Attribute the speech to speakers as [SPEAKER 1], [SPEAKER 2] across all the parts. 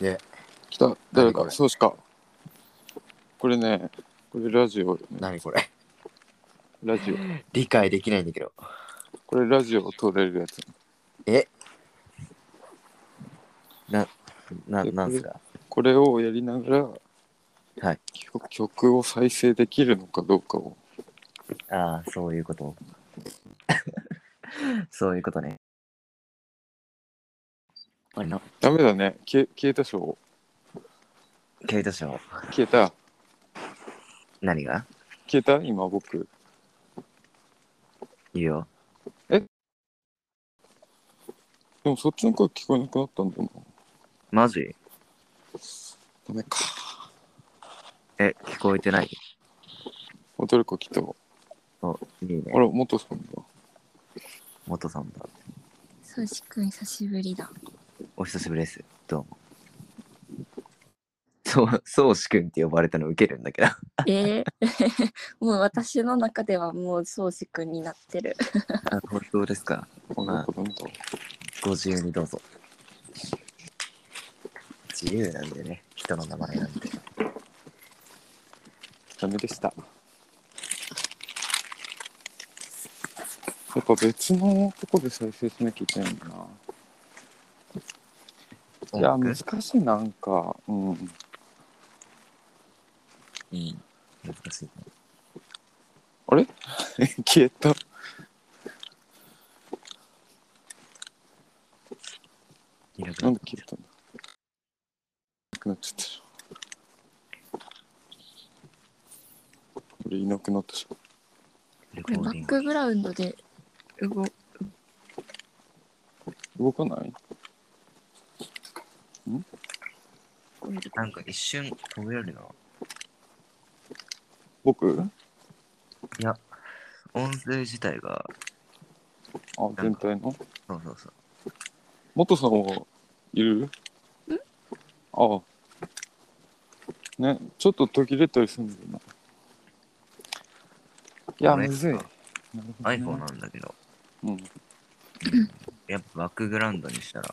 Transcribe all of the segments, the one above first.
[SPEAKER 1] ね
[SPEAKER 2] 来た誰
[SPEAKER 1] これ
[SPEAKER 2] かそうしかこれねこれラジオよね
[SPEAKER 1] 何これ
[SPEAKER 2] ラジオ
[SPEAKER 1] 理解できないんだけど
[SPEAKER 2] これラジオを撮れるやつ
[SPEAKER 1] えなななんすか
[SPEAKER 2] これをやりながら、
[SPEAKER 1] はい
[SPEAKER 2] 曲曲を再生できるのかどうかを
[SPEAKER 1] ああそういうこと そういうことねあれな
[SPEAKER 2] ダメだね消え消えたでしょ
[SPEAKER 1] ケイトショー
[SPEAKER 2] 消えた
[SPEAKER 1] 何が
[SPEAKER 2] 消えた今僕
[SPEAKER 1] いいよ
[SPEAKER 2] でもそっちの声聞こえなくなったんだな
[SPEAKER 1] マジ
[SPEAKER 2] ダメか
[SPEAKER 1] え聞こえてない
[SPEAKER 2] あ誰か来たあ
[SPEAKER 1] おいいね
[SPEAKER 2] ら元さんだ
[SPEAKER 1] 元さんだ
[SPEAKER 3] そうしくん久しぶりだ。
[SPEAKER 1] お久しぶりですどうもそうそうしくんって呼ばれたの受けるんだけど
[SPEAKER 3] えー もう私の中ではもうそうしくんになってる。
[SPEAKER 1] あ本当ですか
[SPEAKER 2] あなんかダメだ
[SPEAKER 1] ご自由にどうぞ。自由なんでね、人の名前なんて。
[SPEAKER 2] ダメでしたやっぱ別のとこで再生しなきゃいけないんだな
[SPEAKER 1] 音
[SPEAKER 2] いや
[SPEAKER 1] 楽
[SPEAKER 2] 難しいなんかうん
[SPEAKER 1] うん。難しいね。
[SPEAKER 2] あれ 消えた
[SPEAKER 1] いなく
[SPEAKER 2] な
[SPEAKER 1] なんっ
[SPEAKER 2] で消えたんだいなくなっちゃったじゃん俺いなくなったじゃん
[SPEAKER 1] レ
[SPEAKER 3] こ
[SPEAKER 1] コ
[SPEAKER 3] れ
[SPEAKER 1] ー
[SPEAKER 3] バ
[SPEAKER 1] ディン
[SPEAKER 3] ッ
[SPEAKER 1] グ。
[SPEAKER 3] クグラウンドで動
[SPEAKER 2] 動かない
[SPEAKER 3] こえる。
[SPEAKER 1] なんか一瞬飛べるな。
[SPEAKER 2] 僕あ
[SPEAKER 1] いや、音声自体が、
[SPEAKER 2] 全体の
[SPEAKER 1] そうそうそう。
[SPEAKER 2] 元さんはいるああねちょっと途切れたりするんだよないや
[SPEAKER 1] 俺
[SPEAKER 2] むずいなるほどね
[SPEAKER 1] iPhone なんだけど、
[SPEAKER 2] うん
[SPEAKER 1] やっぱバックグラウンドにしたら、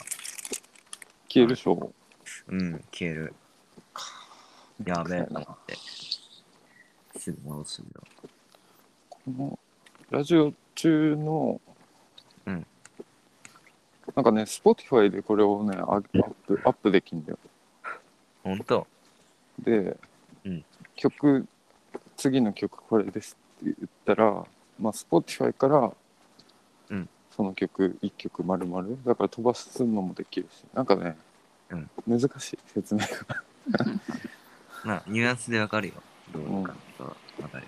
[SPEAKER 2] 消えるでしょ
[SPEAKER 1] うん、消える。やべえな
[SPEAKER 2] な
[SPEAKER 1] って。すぐ戻すんだ。
[SPEAKER 2] このラジオ中の
[SPEAKER 1] うん
[SPEAKER 2] なんかね Spotify でこれをねあアップアップできんだよ
[SPEAKER 1] ほんと
[SPEAKER 2] で、
[SPEAKER 1] うん
[SPEAKER 2] 曲次の曲これですって言ったら、まあ、Spotify から、
[SPEAKER 1] うん
[SPEAKER 2] その曲1曲丸々だから飛ばすのもできるしなんかね、
[SPEAKER 1] うん
[SPEAKER 2] 難しい説明が
[SPEAKER 1] まあ、ニュアンスでわかるよ。どうかとかわかる。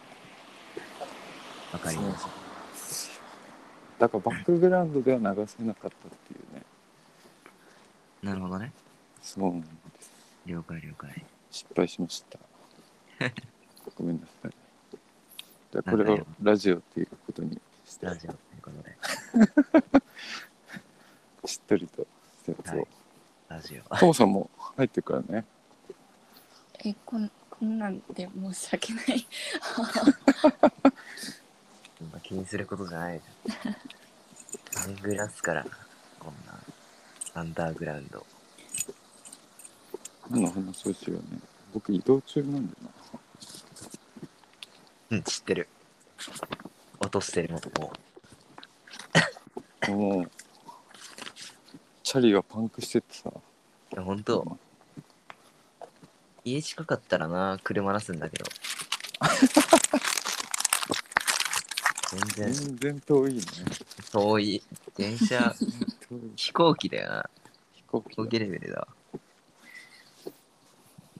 [SPEAKER 1] わかります。
[SPEAKER 2] だからバックグラウンドでは流せなかったっていうね
[SPEAKER 1] なるほどね。
[SPEAKER 2] そうなんです
[SPEAKER 1] 了解了解。
[SPEAKER 2] 失敗しました ごめんなさいじゃあこ
[SPEAKER 1] なん
[SPEAKER 2] れ
[SPEAKER 1] だよ
[SPEAKER 2] をラジオっていうことにして
[SPEAKER 1] ラジオということで。
[SPEAKER 2] しっとりとしたやつを、
[SPEAKER 1] はいラジオ。
[SPEAKER 2] トモさんも入ってるからね
[SPEAKER 3] えこんこんなんで申し訳ない。
[SPEAKER 1] そんな気にすることじゃないじゃん。サングラスから、こんな、アンダーグラウンド。
[SPEAKER 2] 何の話をしようね。僕移動中なんだよ
[SPEAKER 1] うん、知ってる。落としてるもん、も
[SPEAKER 2] な。もう、チャリがパンクしててさ。
[SPEAKER 1] う。いや、ほんと、家近かったらな、車出すんだけど。全然
[SPEAKER 2] 全然遠 いね。
[SPEAKER 1] 遠い。電車、
[SPEAKER 2] 遠い
[SPEAKER 1] 飛行機だよな。
[SPEAKER 2] 飛行
[SPEAKER 1] 飛行
[SPEAKER 2] 機
[SPEAKER 1] 機レベルだわ。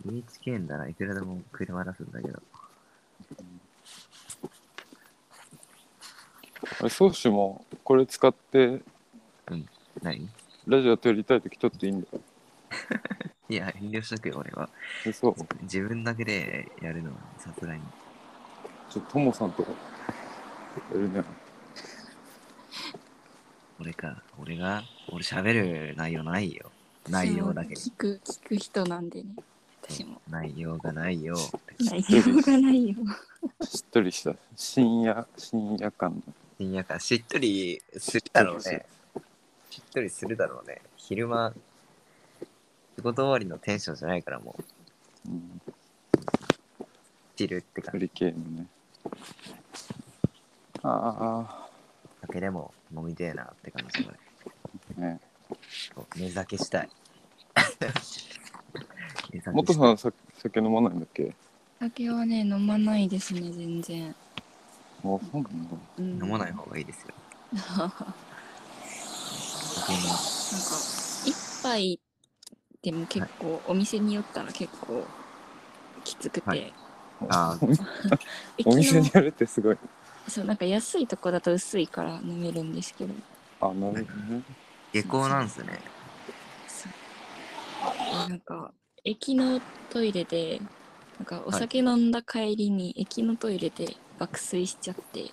[SPEAKER 1] NHK ならいくらでも車出すんだけど。
[SPEAKER 2] あれ、ソーシュもこれ使って
[SPEAKER 1] 何
[SPEAKER 2] ラジオ撮りたいとき撮っていいんだよ。
[SPEAKER 1] いや、遠慮しとくよ、俺は。
[SPEAKER 2] えそう。
[SPEAKER 1] 自分だけでやるのはさすがに。
[SPEAKER 2] ちょっとトモさんとか。やるね。
[SPEAKER 1] 俺か、俺が、俺喋る内容ないよ。内容だけ。
[SPEAKER 3] 聞く聞く人なんでね。私も
[SPEAKER 1] 内容がないよ。
[SPEAKER 3] 内容がないよ。
[SPEAKER 2] しっとりした深夜、深夜感の。
[SPEAKER 1] 深夜か、しっとりするだろうね。しっとりするだろうね。昼間、仕事終わりのテンションじゃないからもう
[SPEAKER 2] うん、
[SPEAKER 1] 散るって感じ
[SPEAKER 2] 売り切れんねあ
[SPEAKER 1] 酒でも飲みてえなって感じこれ
[SPEAKER 2] あね
[SPEAKER 1] そう寝酒した い寝酒
[SPEAKER 2] 元
[SPEAKER 1] し
[SPEAKER 2] さんはさ酒飲まないんだっけあ
[SPEAKER 3] 酒はね飲まないですね全然、
[SPEAKER 2] そうなんだ
[SPEAKER 3] うん、
[SPEAKER 1] 飲まない
[SPEAKER 3] なんか
[SPEAKER 1] 方がいいです よ
[SPEAKER 3] な
[SPEAKER 1] 酒も
[SPEAKER 3] んか一杯でも結構、お店によったら結構きつくて、
[SPEAKER 1] はいあ
[SPEAKER 3] 駅
[SPEAKER 2] お
[SPEAKER 3] の
[SPEAKER 2] 店にあるってすごい
[SPEAKER 3] そうなんか安いとこだと薄いから飲めるんですけど
[SPEAKER 2] あなるほどね
[SPEAKER 1] 下校なんすね
[SPEAKER 3] そうなんか駅のトイレでなんかお酒飲んだ帰りに駅のトイレで爆睡しちゃって、
[SPEAKER 1] え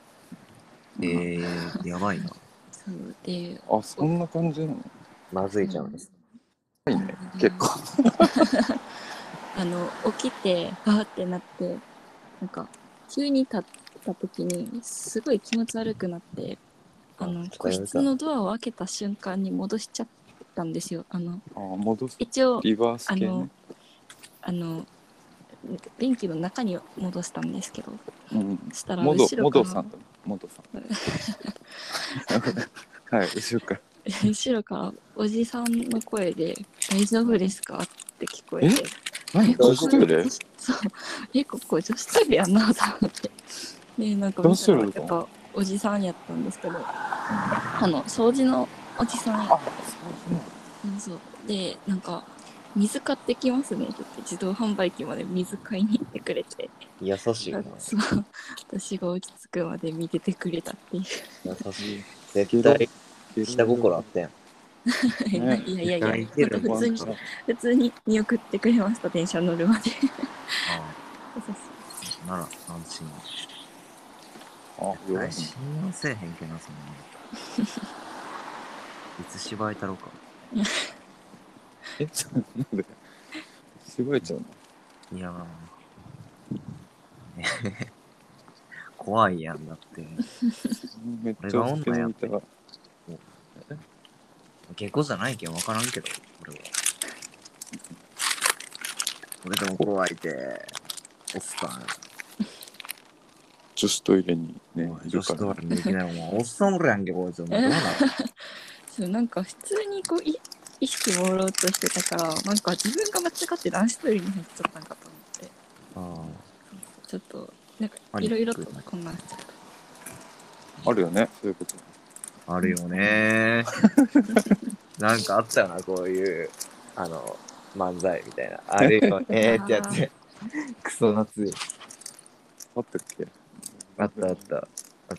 [SPEAKER 1] ー、やばいな
[SPEAKER 3] そうで
[SPEAKER 2] あそんな感じなの
[SPEAKER 1] まずいじゃ
[SPEAKER 3] うんん
[SPEAKER 1] です
[SPEAKER 2] いいね結構
[SPEAKER 3] あの起きてあーってなってなんか急に立った時にすごい気持ち悪くなってあの
[SPEAKER 1] 聞こ
[SPEAKER 3] 個
[SPEAKER 1] える
[SPEAKER 3] 室
[SPEAKER 1] か
[SPEAKER 3] のドアを開けた瞬間に戻しちゃったんですよあの
[SPEAKER 2] あ戻す
[SPEAKER 3] 一応
[SPEAKER 2] リバース系
[SPEAKER 3] あの
[SPEAKER 2] ね
[SPEAKER 3] あの便器の中に戻したんですけど
[SPEAKER 2] うん
[SPEAKER 3] したら
[SPEAKER 2] モド
[SPEAKER 3] 後ろ
[SPEAKER 2] モ
[SPEAKER 3] か
[SPEAKER 2] ド
[SPEAKER 3] ら
[SPEAKER 2] さんだモドさんはい後ろから
[SPEAKER 3] 後ろからおじさんの声で「大丈夫ですか?」って聞こえて
[SPEAKER 2] 何
[SPEAKER 3] ここ
[SPEAKER 2] 女子トイレ
[SPEAKER 3] 女子そうえここ女子トイレやんなと思ってでなんか
[SPEAKER 2] 男子トイレ
[SPEAKER 3] やっぱおじさんやったんですけどあの掃除のおじさん
[SPEAKER 2] あ
[SPEAKER 3] うんそうでなんか水買ってきますねって言って自動販売機まで水買いに行ってくれて
[SPEAKER 1] 優しいな
[SPEAKER 3] そう 私が落ち着くまで見ててくれたっていう
[SPEAKER 1] 優しい
[SPEAKER 2] ゲ
[SPEAKER 1] 絶
[SPEAKER 2] ロ
[SPEAKER 1] 対下心あったやん
[SPEAKER 3] いや いやいやいや、
[SPEAKER 1] 絶対いける
[SPEAKER 3] 普通に
[SPEAKER 2] そう
[SPEAKER 3] 普通に見送ってくれました、電車乗るまで。
[SPEAKER 1] ああなら安心
[SPEAKER 2] あ
[SPEAKER 1] あ
[SPEAKER 2] 弱い
[SPEAKER 1] れ
[SPEAKER 2] ね
[SPEAKER 1] 信用せえへんけどなそんなの いつ芝居太郎か
[SPEAKER 2] えそうなんで絞れちゃうの
[SPEAKER 1] いやー 怖いやんだって
[SPEAKER 2] めっちゃお酒飲みたい
[SPEAKER 1] 下校じゃないけん分からんけど俺は俺でも怖いておっさん
[SPEAKER 2] 女子トイレに
[SPEAKER 1] おい
[SPEAKER 2] ねい
[SPEAKER 1] 女
[SPEAKER 2] る
[SPEAKER 1] 子
[SPEAKER 2] から
[SPEAKER 1] とはできないもんおっさんおるやんけこいつお前どうなの
[SPEAKER 3] そうなんか普通にこうい意識朦朧としてたから、なんか自分が間違って男子トイレに入っちゃったんかと思って、
[SPEAKER 1] あ
[SPEAKER 3] ちょっと、なんか
[SPEAKER 1] パニ
[SPEAKER 3] い
[SPEAKER 1] ック
[SPEAKER 3] ろいろと混乱しちゃった。
[SPEAKER 2] あるよねそういうこと
[SPEAKER 1] ーあるよねーなんかあったよなこういうあの漫才みたいなあるよねーってやつクソ夏い
[SPEAKER 2] あったっけ
[SPEAKER 1] あったあったあっ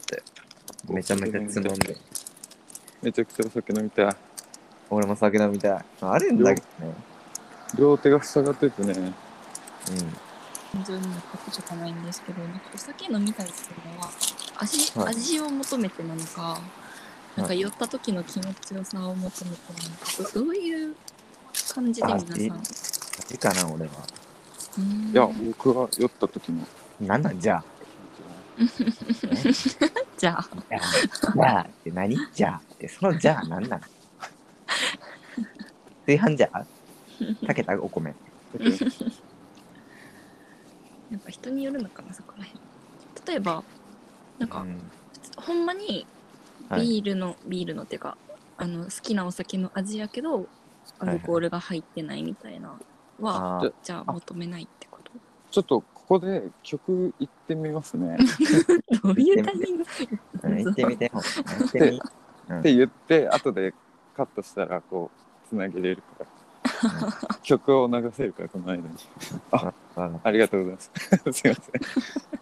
[SPEAKER 1] たよめちゃめちゃつまんで
[SPEAKER 2] めちゃくちゃお酒飲みたい
[SPEAKER 1] 俺も酒飲みたいあるんだけどね
[SPEAKER 2] 両手が塞がっててね
[SPEAKER 3] 感情になったことがないんですけど、なんかお酒飲みたいっていうのは、味,、
[SPEAKER 1] はい
[SPEAKER 3] 味を求めてなのか、
[SPEAKER 1] い
[SPEAKER 3] なんか酔った時の気持ちよさを求めてなのか、どどういう感じで皆さん
[SPEAKER 1] 味。うんいかな俺は
[SPEAKER 3] うん
[SPEAKER 2] いや僕が酔った時の
[SPEAKER 1] なんなんじゃあ
[SPEAKER 3] じゃあ、
[SPEAKER 1] じゃあじゃあって何じゃあってそのじゃあなんなの炊飯じゃあ炊けたお米
[SPEAKER 3] やっぱ人によるのかな、そこら辺。例えば、なんか、
[SPEAKER 1] うん
[SPEAKER 3] ほんまに
[SPEAKER 1] はい
[SPEAKER 3] ビールの、ビールのっていうか、あの、好きなお酒の味やけど、ア
[SPEAKER 1] いはい
[SPEAKER 3] ルコールが入ってないみたいなは、
[SPEAKER 1] あー
[SPEAKER 3] じゃあ求めないって こと
[SPEAKER 2] ちょっとここで曲行ってみます ね
[SPEAKER 3] どういうタイミング
[SPEAKER 1] うん行ってみても行ってみ
[SPEAKER 2] って言って後でカットしたらこうつなげれる から曲を流せるからこの間に
[SPEAKER 1] あの
[SPEAKER 2] ありがとうございます すいません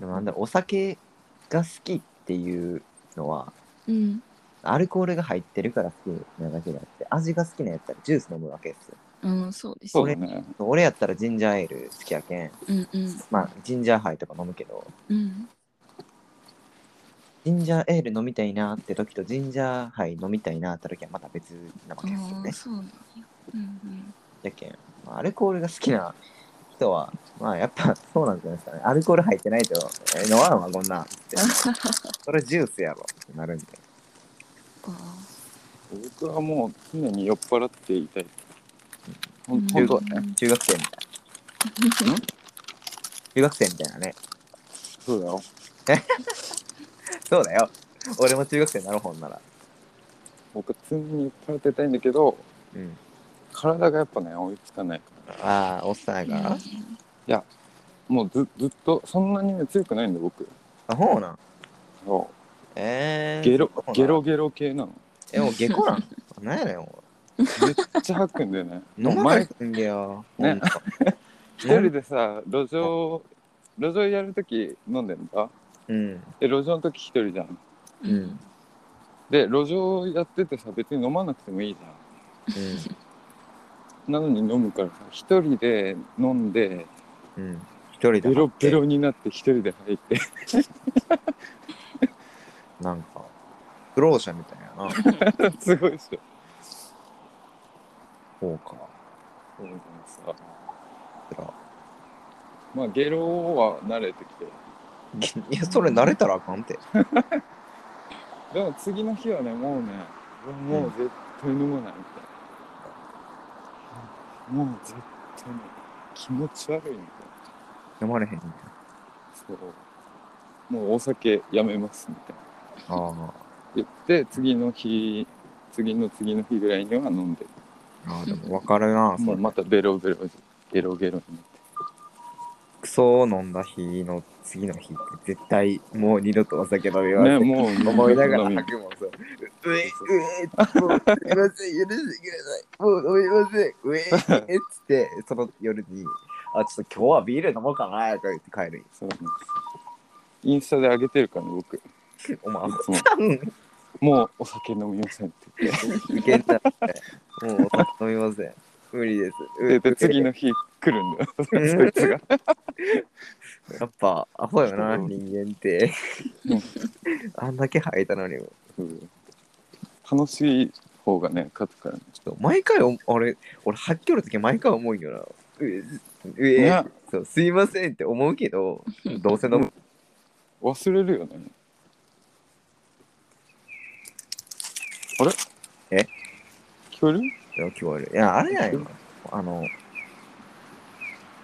[SPEAKER 1] でもなんだろうお酒が好きっていうのは
[SPEAKER 3] うん。
[SPEAKER 1] アルコールが入ってるから好きなだけであって味が好きなやつだったらジュース飲むわけですよ
[SPEAKER 3] うん、そうです
[SPEAKER 2] そう
[SPEAKER 3] よ。
[SPEAKER 2] だね
[SPEAKER 1] 俺やったらジンジャーエール好きやけん
[SPEAKER 3] うんうん。
[SPEAKER 1] まあジンジャーハイとか飲むけど
[SPEAKER 3] うん。
[SPEAKER 1] ジンジャーエール飲みたいなって時とジンジャーハイ飲みたいなって時はまた別なわけですよ
[SPEAKER 3] ああ、
[SPEAKER 1] ね。
[SPEAKER 3] そうなんや。うん
[SPEAKER 1] だけん、まあ、アルコールが好きな人はまあやっぱそうなんじゃないですかねアルコール入ってないとえ飲まんわ こんなんってそれジュースやろってなるんで
[SPEAKER 3] うん。ああ。
[SPEAKER 2] 僕はもう常に酔っ払っていたい。ほ
[SPEAKER 3] うん
[SPEAKER 2] ん本当はね。
[SPEAKER 3] ん
[SPEAKER 1] 中学生みたい な。中学生みたいなね。
[SPEAKER 2] そうだよ。
[SPEAKER 1] そうだよ。俺も中学生になるほんなら。
[SPEAKER 2] 僕は常に酔っ払ってたいんだけど、
[SPEAKER 1] うん。
[SPEAKER 2] 体がやっぱね、追いつかないから。
[SPEAKER 1] ああ、おっさんやから。
[SPEAKER 2] もうずずっと、そんなにね、強くないんで僕。
[SPEAKER 1] あ、ほうなん。
[SPEAKER 2] そ
[SPEAKER 1] え
[SPEAKER 2] う
[SPEAKER 1] ー。
[SPEAKER 2] ゲロ
[SPEAKER 1] そうなん、
[SPEAKER 2] ゲロゲロ系なの。
[SPEAKER 1] え、もう下戸 なん。なんやねん、お
[SPEAKER 2] めっちゃ吐くんだよね。
[SPEAKER 1] 前。
[SPEAKER 2] も
[SPEAKER 1] 飲
[SPEAKER 2] う
[SPEAKER 1] まれ
[SPEAKER 2] 前、
[SPEAKER 1] てんだよ。
[SPEAKER 2] ね
[SPEAKER 1] ほんと。
[SPEAKER 2] 一人でさ、路上、路上やるとき飲んでんだ。
[SPEAKER 1] うん。
[SPEAKER 2] で、路上のとき一人じゃん。
[SPEAKER 1] う
[SPEAKER 3] うんん。
[SPEAKER 2] で、路上やっててさ、別に飲まなくてもいいじゃん。なのに飲むからさ一人で飲んで
[SPEAKER 1] うん。うん。一人で。
[SPEAKER 2] ベロベ。ロになって一人で入って
[SPEAKER 1] なんか、不老者みたいやな。
[SPEAKER 2] すごいっしょ
[SPEAKER 1] そうか。
[SPEAKER 2] そうなんさ
[SPEAKER 1] てら
[SPEAKER 2] まあゲロは慣れてき て
[SPEAKER 1] いや、それ慣れたらあかんて。
[SPEAKER 2] でも次の日はねもうねうわもう絶対飲まないみたいな、もう絶対飲まない気持ち悪いみたいな
[SPEAKER 1] 飲まれへんね。
[SPEAKER 2] そうもうお酒やめますみたいな
[SPEAKER 1] ああ。
[SPEAKER 2] 言って次の日次の次の日ぐらいには飲んで
[SPEAKER 1] ああ、でも分かるな。
[SPEAKER 2] も
[SPEAKER 1] そうれ
[SPEAKER 2] またベロベロゲロゲロになって
[SPEAKER 1] クソを飲んだ日の次の日って絶対もう二度とお酒飲みませ
[SPEAKER 2] ね、
[SPEAKER 1] ん。
[SPEAKER 2] もう
[SPEAKER 1] 思いながら
[SPEAKER 2] 飲み
[SPEAKER 1] 吐くもんさ。うえ、うえ、もう飲みません、許してください。もう飲みません、うえ、えっつって、その夜に、あ、ちょっと今日はビール飲もうかなとか言って帰るんで
[SPEAKER 2] そうなんです。インスタで上げてるからね、僕。い
[SPEAKER 1] す。お前、
[SPEAKER 2] つも。もうお酒飲みませんって言っ
[SPEAKER 1] いけんなって。もうお酒飲みません。無理です。うえ
[SPEAKER 2] て。で、次。の日来るんだよ。 そいつが。
[SPEAKER 1] やっぱ、アホよな、
[SPEAKER 2] うん
[SPEAKER 1] 人間って
[SPEAKER 2] うん。
[SPEAKER 1] あんだけ吐いたのにも。
[SPEAKER 2] うん楽しい方がね、勝つからね。
[SPEAKER 1] 毎回お、俺、俺、吐きよるとき毎回思うよな。うえ、うえ、
[SPEAKER 2] ね
[SPEAKER 1] そうすいませんって思うけど、どうせ飲む。
[SPEAKER 2] 忘れるよね。あれ
[SPEAKER 1] え
[SPEAKER 2] 聞こえる
[SPEAKER 1] いや、聞こえる。いや、あれやよ。あの、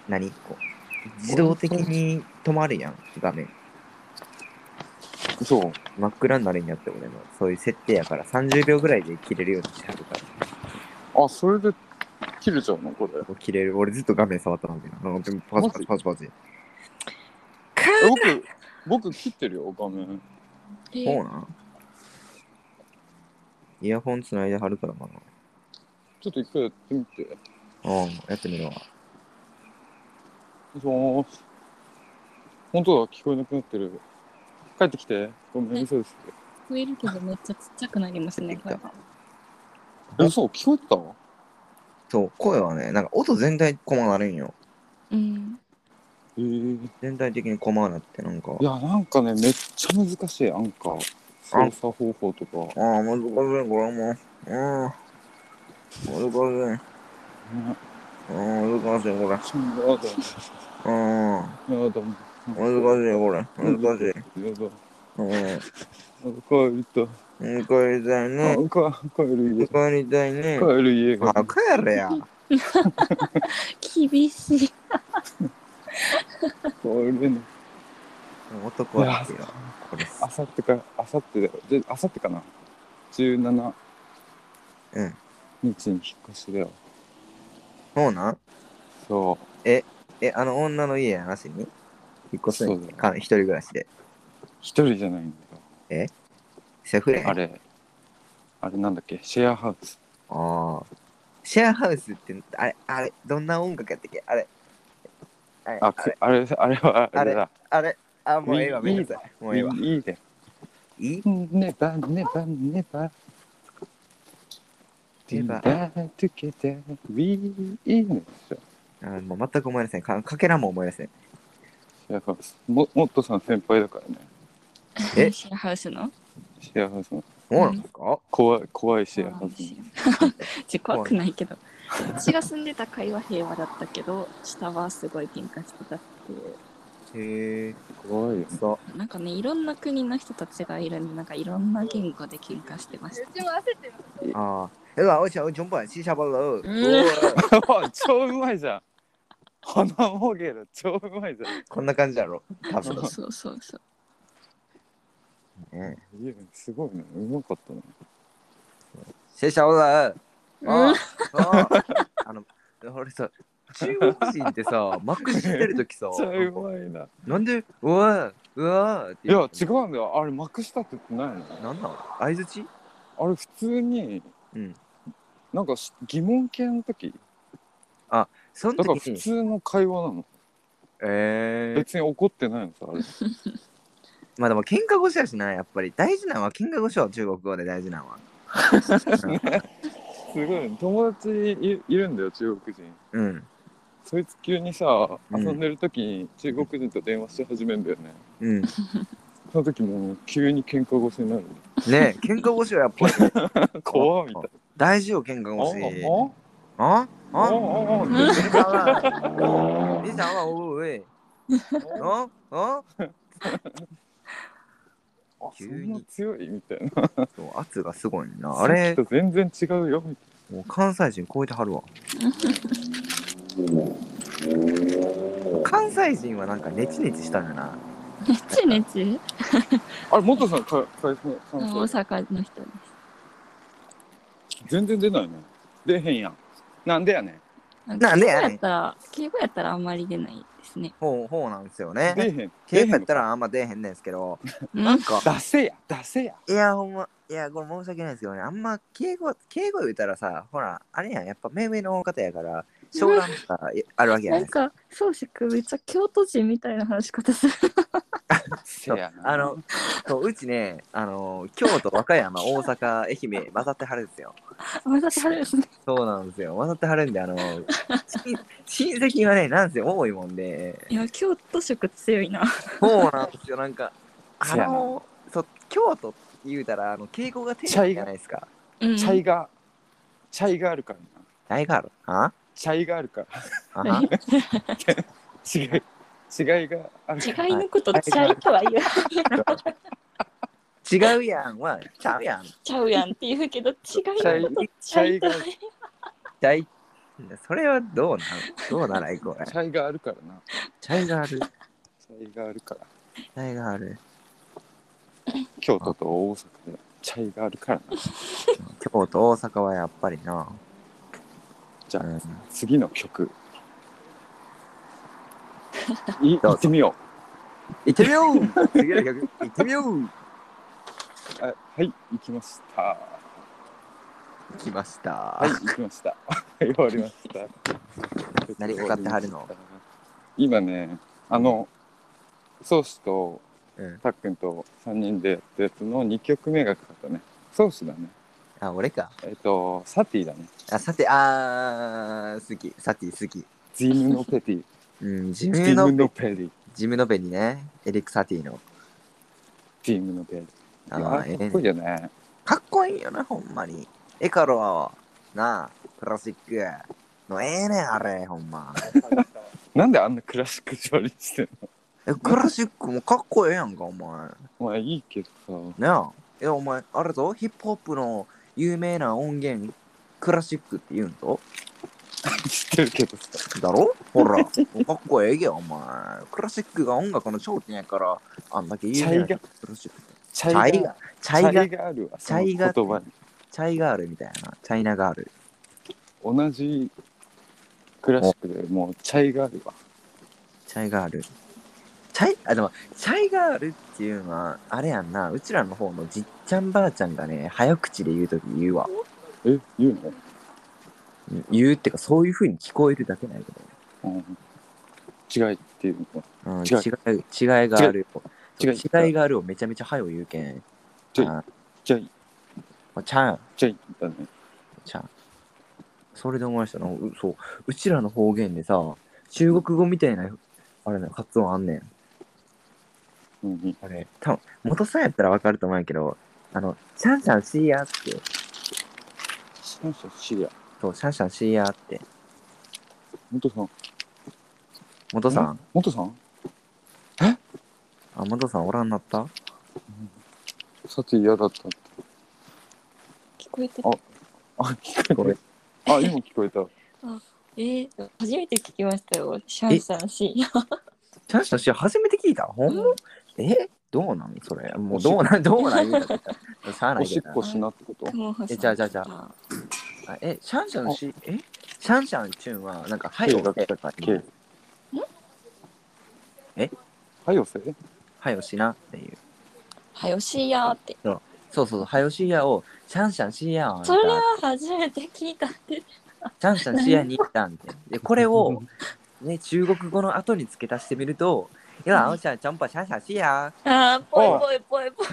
[SPEAKER 1] 何こう自動的に止まるやん、画面。
[SPEAKER 2] そう。
[SPEAKER 1] 真っ暗になるんやって、俺の。そういう設定やから、30秒ぐらいで切れるようにしてあるから。
[SPEAKER 2] あ、それで切れちゃうのこれ。
[SPEAKER 1] こう切れる。俺ずっと画面触ったなんだよな。なんか全部パチパチパチパチ。か
[SPEAKER 2] え僕、僕切ってるよ、画面。
[SPEAKER 3] え
[SPEAKER 1] そうなんイヤホンつないで貼るからかな。
[SPEAKER 2] ちょっと一回やってみて。
[SPEAKER 1] うん、やってみるわ。
[SPEAKER 2] もしもーし。本当だ、聞こえなくなってる。帰ってきて。ごめん、嘘です。
[SPEAKER 3] 増えるけどめっちゃちっちゃくなりますね、これが。
[SPEAKER 2] え嘘、聞こえてたの
[SPEAKER 1] そう、声はね、なんか音全体困なるんよ。
[SPEAKER 3] うん。
[SPEAKER 2] ええ
[SPEAKER 1] 全体的に困なって、なんか。
[SPEAKER 2] いや、なんかね、めっちゃ難しい、アンカー。操作方法とか。
[SPEAKER 1] ああ、難しい、これも。うん。難しい。
[SPEAKER 2] ね、
[SPEAKER 1] うん、難しい、これ。
[SPEAKER 2] やだ、
[SPEAKER 1] うん。
[SPEAKER 2] やだ、
[SPEAKER 1] 難しい、これ。難しい。
[SPEAKER 2] やだ。
[SPEAKER 1] うん。
[SPEAKER 2] 帰りたい。
[SPEAKER 1] うん帰りたい
[SPEAKER 2] あ
[SPEAKER 1] ね。
[SPEAKER 2] 帰帰る家。
[SPEAKER 1] 帰りたいね
[SPEAKER 2] 帰。る家が。
[SPEAKER 1] あ、帰れや。
[SPEAKER 3] 厳しい。
[SPEAKER 2] 帰れない。
[SPEAKER 1] 男は好きよ。これ。
[SPEAKER 2] あさってか、あさってだよ。で、あさってかな。17
[SPEAKER 1] うん。
[SPEAKER 2] 日に引っ越しだよ。
[SPEAKER 1] そうなん
[SPEAKER 2] そ
[SPEAKER 1] え、あの女の家やなしに引っ越す
[SPEAKER 2] そうだ
[SPEAKER 1] ん
[SPEAKER 2] よ
[SPEAKER 1] か一人暮らしで。
[SPEAKER 2] う。一人じゃないんだよ。
[SPEAKER 1] シェフレン
[SPEAKER 2] あれ、あれなんだっけ、シェアハウス。
[SPEAKER 1] ああ。シェアハウスって、あれ、あれ、どんな音楽やったっけあれ。あれ
[SPEAKER 2] あ、くあれ、あれは、あれだ。
[SPEAKER 1] あれ、あ、もうええわ、めんなさい。もうええわ。
[SPEAKER 2] いいで。
[SPEAKER 1] いい
[SPEAKER 2] ネバネバネ
[SPEAKER 1] ネ
[SPEAKER 2] バ。ネ
[SPEAKER 1] バ
[SPEAKER 2] バトゥケタ、ウィーインですよ。
[SPEAKER 1] あもう全く思い出せん。かかけらも思い出せん。
[SPEAKER 2] シェアハウス。も、もっとさん先輩だからね。
[SPEAKER 1] え
[SPEAKER 3] シェアハウスの
[SPEAKER 2] シェアハウスの。
[SPEAKER 1] そうなんですか
[SPEAKER 2] 怖い、怖いシ
[SPEAKER 3] そう
[SPEAKER 2] ェア
[SPEAKER 3] な
[SPEAKER 2] ハウ
[SPEAKER 3] ん
[SPEAKER 2] ス
[SPEAKER 3] で
[SPEAKER 2] の。
[SPEAKER 3] すよ。ちょ怖くないけど。私が住んでた階は平和だったけど、下はすごい喧嘩してたって
[SPEAKER 1] へ
[SPEAKER 3] いう。
[SPEAKER 1] え。
[SPEAKER 2] 怖いよ。
[SPEAKER 1] そう。
[SPEAKER 3] なんかねいろんな国の人たちがいるんでなんかいろんな言語で喧嘩してました
[SPEAKER 1] 啊，哎呀，我想我中本西下班楼。
[SPEAKER 3] 嗯
[SPEAKER 2] 超うまいじゃん。鼻もげる。超うまいじゃ
[SPEAKER 1] こんな感じだろ。多
[SPEAKER 3] そ
[SPEAKER 1] 分
[SPEAKER 3] う。そうそうそう
[SPEAKER 1] うん。
[SPEAKER 2] ん。いや、すごいね。うまかったね。
[SPEAKER 1] 西下班楼。
[SPEAKER 3] う
[SPEAKER 1] あ
[SPEAKER 3] ん
[SPEAKER 1] あ。あの、俺さ、中国人ってさ、マックスしてるとき さ、
[SPEAKER 2] 超うまいな。
[SPEAKER 1] なんで、うわうわって
[SPEAKER 2] いや、違
[SPEAKER 1] う。
[SPEAKER 2] うんだよ。あれ、まくしたって言ってないの
[SPEAKER 1] なんなの相づち
[SPEAKER 2] あれ、普通に、
[SPEAKER 1] うん
[SPEAKER 2] なんかし疑問系の時
[SPEAKER 1] その
[SPEAKER 2] だから
[SPEAKER 1] 時
[SPEAKER 2] 普
[SPEAKER 1] に。
[SPEAKER 2] 通の会話なの。
[SPEAKER 1] ええ。
[SPEAKER 2] 別に怒ってないのさ、あれ。
[SPEAKER 1] まあでも喧嘩腰やしな、やっぱり。大事なのは喧嘩腰は中国語で大事なのは。
[SPEAKER 2] すごい。友達いいるんだよ、中国人。
[SPEAKER 1] うん。
[SPEAKER 2] そいつ急にさ、
[SPEAKER 1] うん
[SPEAKER 2] 遊んでる時に中国人と電話し始めるんだよね。
[SPEAKER 1] うん。
[SPEAKER 2] その時もう急に喧嘩腰になる。
[SPEAKER 1] ねえ喧嘩腰はやっぱり
[SPEAKER 2] 怖っみたいな。
[SPEAKER 1] 大事よ、喧嘩
[SPEAKER 2] あ
[SPEAKER 1] 腰。あ
[SPEAKER 2] ああ
[SPEAKER 1] あ
[SPEAKER 2] あああ
[SPEAKER 1] 你想啊，你想啊，我喂，哦哦，
[SPEAKER 2] あそ
[SPEAKER 1] 急
[SPEAKER 2] んな
[SPEAKER 1] に
[SPEAKER 2] 強いみたいな。
[SPEAKER 1] そう圧がすごいな。
[SPEAKER 2] あ
[SPEAKER 1] あれ
[SPEAKER 2] と、全然違うよ。みた
[SPEAKER 1] もう関西人超えてはるわ。関西人はなんかネチネチしたんだな。
[SPEAKER 3] ネチネチ
[SPEAKER 2] いなあれ、元さん、か、かいさ
[SPEAKER 3] 大
[SPEAKER 2] ん
[SPEAKER 3] 阪の人で
[SPEAKER 2] 全然出ないね。出へんやん。なんでやねん。
[SPEAKER 3] す
[SPEAKER 1] なんでやねん
[SPEAKER 3] 敬語やったら敬語やったらあんまり出ないで すね
[SPEAKER 1] ほうほうなんですよ
[SPEAKER 2] 出
[SPEAKER 1] ね。
[SPEAKER 2] へん。出へ
[SPEAKER 1] 稽
[SPEAKER 2] ん
[SPEAKER 1] 古や
[SPEAKER 2] の
[SPEAKER 1] った。らあんま出えへんねんすけど、
[SPEAKER 3] な
[SPEAKER 1] か
[SPEAKER 2] 出せや、出せや。
[SPEAKER 1] いやほんま、いやこれ申し訳ないですけどね、あんま敬語、敬語言うたらさ、ほら、あれやん、やっぱ命名の方やから、商談とかあるわけや
[SPEAKER 3] な
[SPEAKER 1] ない
[SPEAKER 3] ん
[SPEAKER 1] ですか。
[SPEAKER 3] か、そうしくめっちゃ京都人みたいな話し方する。
[SPEAKER 2] せやな。
[SPEAKER 1] あの、そううちね、あの、京都、和歌山、大阪、愛媛、混ざってはるんですよ。
[SPEAKER 3] まさしあれですね。
[SPEAKER 1] そうなんですよ。混ざってはるんで、あの、親親戚はね、なん せ多いもんで、
[SPEAKER 3] いや、京都色強いな。
[SPEAKER 1] そうなんですよ、なんか、あ
[SPEAKER 2] せやな
[SPEAKER 1] の、そう、京都って言うたら、あの、敬語が丁寧じゃないですか。
[SPEAKER 3] うん
[SPEAKER 2] チャイが、チャイがあるからな。
[SPEAKER 1] 大ガールあ
[SPEAKER 2] チャイがあるから。
[SPEAKER 1] あは
[SPEAKER 3] 何
[SPEAKER 2] 違い、違いがあるから。
[SPEAKER 3] 違い のこと、チャイとは言わ
[SPEAKER 1] 違うやんは、ちゃうやん。
[SPEAKER 3] ちゃうやんって言うけど、違いのこと、チ
[SPEAKER 2] チャ
[SPEAKER 3] ャイ
[SPEAKER 2] イ
[SPEAKER 3] と
[SPEAKER 2] が
[SPEAKER 3] は
[SPEAKER 1] 大それはどうなのどうならいこれ。
[SPEAKER 2] チャイがあるからな。
[SPEAKER 1] チャイガール、チ
[SPEAKER 2] チャイがあるから。
[SPEAKER 1] ャイガール、
[SPEAKER 2] 京都と大阪でチャイがあるからな。
[SPEAKER 1] 京都、大阪はやっぱりな。
[SPEAKER 2] じゃあ
[SPEAKER 1] うん
[SPEAKER 2] 次の曲。い
[SPEAKER 1] どうぞ
[SPEAKER 2] 行ってみよ
[SPEAKER 1] 行ってみよう 次の曲、行ってみよう
[SPEAKER 2] う。あはい、行きました。は
[SPEAKER 1] 来ました。
[SPEAKER 2] い、行きました。はい、終わりました。
[SPEAKER 1] 何歌ってはるの
[SPEAKER 2] 今ね、あの、ソーシと
[SPEAKER 1] うん。
[SPEAKER 2] たっくんと3人でやったやつの2曲目がかかったね。ソーシだね。
[SPEAKER 1] あ、俺か。
[SPEAKER 2] えっと、サティだね。
[SPEAKER 1] あ、さて、あー、好き。サティ好き。
[SPEAKER 2] ジムノペティ。
[SPEAKER 1] うん、 ジ
[SPEAKER 2] ジ
[SPEAKER 1] ム
[SPEAKER 2] ム
[SPEAKER 1] の、
[SPEAKER 2] ノペティ。
[SPEAKER 1] ジムのベにね、エリック・サティの。
[SPEAKER 2] ジムノペティ。
[SPEAKER 1] あ
[SPEAKER 2] いや
[SPEAKER 1] ー
[SPEAKER 2] あれ
[SPEAKER 1] え
[SPEAKER 2] かっ
[SPEAKER 1] え
[SPEAKER 2] こいいよね。
[SPEAKER 1] かっこいいよな、ほんまに。エカロは、なあ、クラシック。のええねん、あれ、ほんま。
[SPEAKER 2] なんであんなクラシック調理してんの
[SPEAKER 1] え、クラシックもかっこええやんか、お前。
[SPEAKER 2] まあいいけどさ。
[SPEAKER 1] なあ。え、お前、あれぞ、ヒップホップの有名な音源、クラシックって言うんぞ。
[SPEAKER 2] 知ってるけどさ。
[SPEAKER 1] だろほら、かっこええげや、お前。クラシックが音楽の頂点やから、あんだけ
[SPEAKER 2] チ
[SPEAKER 1] 有
[SPEAKER 2] ャ
[SPEAKER 1] 名
[SPEAKER 2] イが
[SPEAKER 1] な、クラシック。
[SPEAKER 2] チ
[SPEAKER 1] チャイガー、チャイガー、
[SPEAKER 2] があるわ。
[SPEAKER 1] チャイガ
[SPEAKER 2] その言葉に
[SPEAKER 1] チャイガールみたいな、チャイナガール。
[SPEAKER 2] 同じクラシックでもうチャイがあるわ。
[SPEAKER 1] チャイガール。チャイ、あ、でも、チャイガールっていうのは、あれやんな、うちらの方のじっちゃんばあちゃんがね、早口で言うとき言うわ。
[SPEAKER 2] え、言うの、
[SPEAKER 1] うん言うってか、そういう風に聞こえるだけないけど。
[SPEAKER 2] うん、違いっていうの
[SPEAKER 1] うん、
[SPEAKER 2] 違う
[SPEAKER 1] 違い、違いがあるよ。
[SPEAKER 2] 違う違う
[SPEAKER 1] 違いがあるをめちゃめちゃ早う言うけん。
[SPEAKER 2] 違う
[SPEAKER 1] あ
[SPEAKER 2] チャイ、
[SPEAKER 1] まあちゃん、
[SPEAKER 2] チャイだね。
[SPEAKER 1] ちゃん。それで思いましたな。うそう。うちらの方言でさ、中国語みたいな、あれね、発音あんねん。
[SPEAKER 2] うん、
[SPEAKER 1] あれ、多分元さんやったらわかると思うんやけど、あの、シャンシャンシーヤーって、
[SPEAKER 2] シャンシャンシリア。
[SPEAKER 1] そう、シャンシャンシーヤーって、
[SPEAKER 2] 元さん。
[SPEAKER 1] 元さん、
[SPEAKER 2] 元さん
[SPEAKER 1] あ、マダさんおらんなった
[SPEAKER 2] さて嫌だったって
[SPEAKER 3] 聞こえて
[SPEAKER 2] ああ聞
[SPEAKER 1] こ
[SPEAKER 2] こえ
[SPEAKER 1] え
[SPEAKER 2] たあ今聞こえた
[SPEAKER 3] えー、初めて聞きましたよシャンシャンシ
[SPEAKER 1] シャンシャンシャン初めて聞いたほんまえどうなんそれもうどうなんどうなん言うたしゃあな
[SPEAKER 2] お
[SPEAKER 1] い
[SPEAKER 2] し
[SPEAKER 1] け
[SPEAKER 2] っ
[SPEAKER 1] ど
[SPEAKER 2] こしなってこと
[SPEAKER 3] ー雲穂さん
[SPEAKER 1] えじゃあじゃあじゃなえ、シャンシャンし、えシャンシャンチュンは、なんか、はよせとか、
[SPEAKER 2] K
[SPEAKER 1] え
[SPEAKER 2] はいよせ
[SPEAKER 1] はよしなっていう。
[SPEAKER 3] はよしやーって
[SPEAKER 1] そうそうそう、はよしやを、シャンシャンしやん。
[SPEAKER 3] それは初めて聞いたんで
[SPEAKER 1] シャンシャンしやに行ったんで。で、これを、ね、中国語の後に付け足してみると、いや、あのちゃん、ちゃんぱシャンシャンしや。
[SPEAKER 3] あーぽいぽいぽいぽい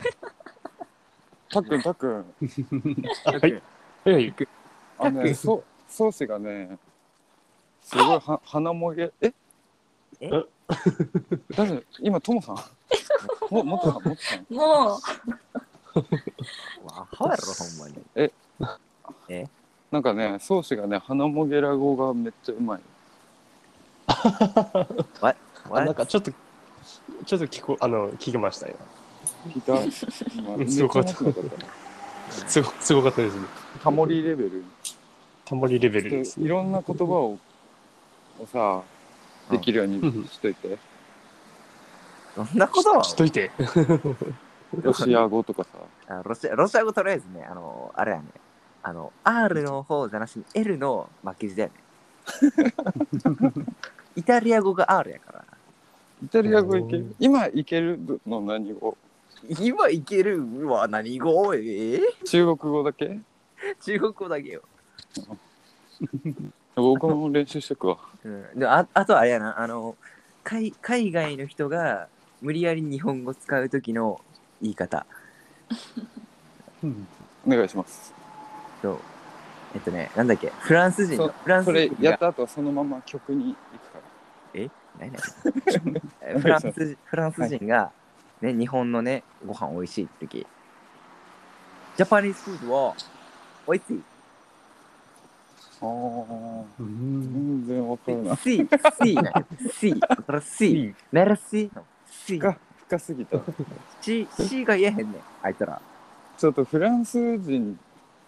[SPEAKER 2] たっくんたっくん
[SPEAKER 4] はい。はいはい。
[SPEAKER 2] あのねそうソースがねすごいは鼻もげえ
[SPEAKER 1] え
[SPEAKER 2] 誰今ともさんももっとさんもっとさん
[SPEAKER 3] もう
[SPEAKER 1] わ、はやろ、ほんまに。
[SPEAKER 2] なんかねソースがね鼻もげら語がめっちゃうまい
[SPEAKER 4] あ
[SPEAKER 1] わ
[SPEAKER 4] なんかちょっと、ちょっと聞こ、あの、聞きましたよ。
[SPEAKER 2] 聞いた 今めっちゃ
[SPEAKER 4] すごかった
[SPEAKER 2] 面白かった
[SPEAKER 4] すご、すごかったですね。
[SPEAKER 2] タモリレベル
[SPEAKER 4] タモリレベル
[SPEAKER 2] で
[SPEAKER 4] ですね。
[SPEAKER 2] いろんな言葉ををさできるようにしといて、
[SPEAKER 1] どんなこと
[SPEAKER 4] しといて。
[SPEAKER 2] ロシア語とかさ
[SPEAKER 1] あロシアロシア語とりあえずね、あの、あれやね。あの、R の方じゃなしに L の巻き字だ よね。イタリア語が R やから。
[SPEAKER 2] イタリア語いけ
[SPEAKER 4] う
[SPEAKER 2] る
[SPEAKER 4] ん
[SPEAKER 2] 今いけるの何語
[SPEAKER 1] 今いけるは何語えー
[SPEAKER 2] 中国語だけ
[SPEAKER 1] 中国語だけよ。
[SPEAKER 2] 僕も練習しとくわ
[SPEAKER 1] うん、でああとあれやな、あの海、海外の人が無理やり日本語使う時の言い方。
[SPEAKER 2] お願いします
[SPEAKER 1] そうえっとね、なんだっけ、フランス人の
[SPEAKER 2] そ
[SPEAKER 1] フランス
[SPEAKER 2] それ
[SPEAKER 1] 人
[SPEAKER 2] やっ
[SPEAKER 1] が
[SPEAKER 2] た後そのまま曲に行くから
[SPEAKER 1] 何々 えフランスフランス人が、ね、日本のね、ご飯美味しいって時、ジャパニーズフードは美味しい。
[SPEAKER 2] あー
[SPEAKER 4] う
[SPEAKER 2] 全
[SPEAKER 4] ん。
[SPEAKER 2] 然わからない
[SPEAKER 1] シー、シーなんや、シー、だからシー、メラシーの、シー、
[SPEAKER 2] 深深すぎた
[SPEAKER 1] シー、シーが言えへんねん、あいつら。
[SPEAKER 2] ちょっとフランス人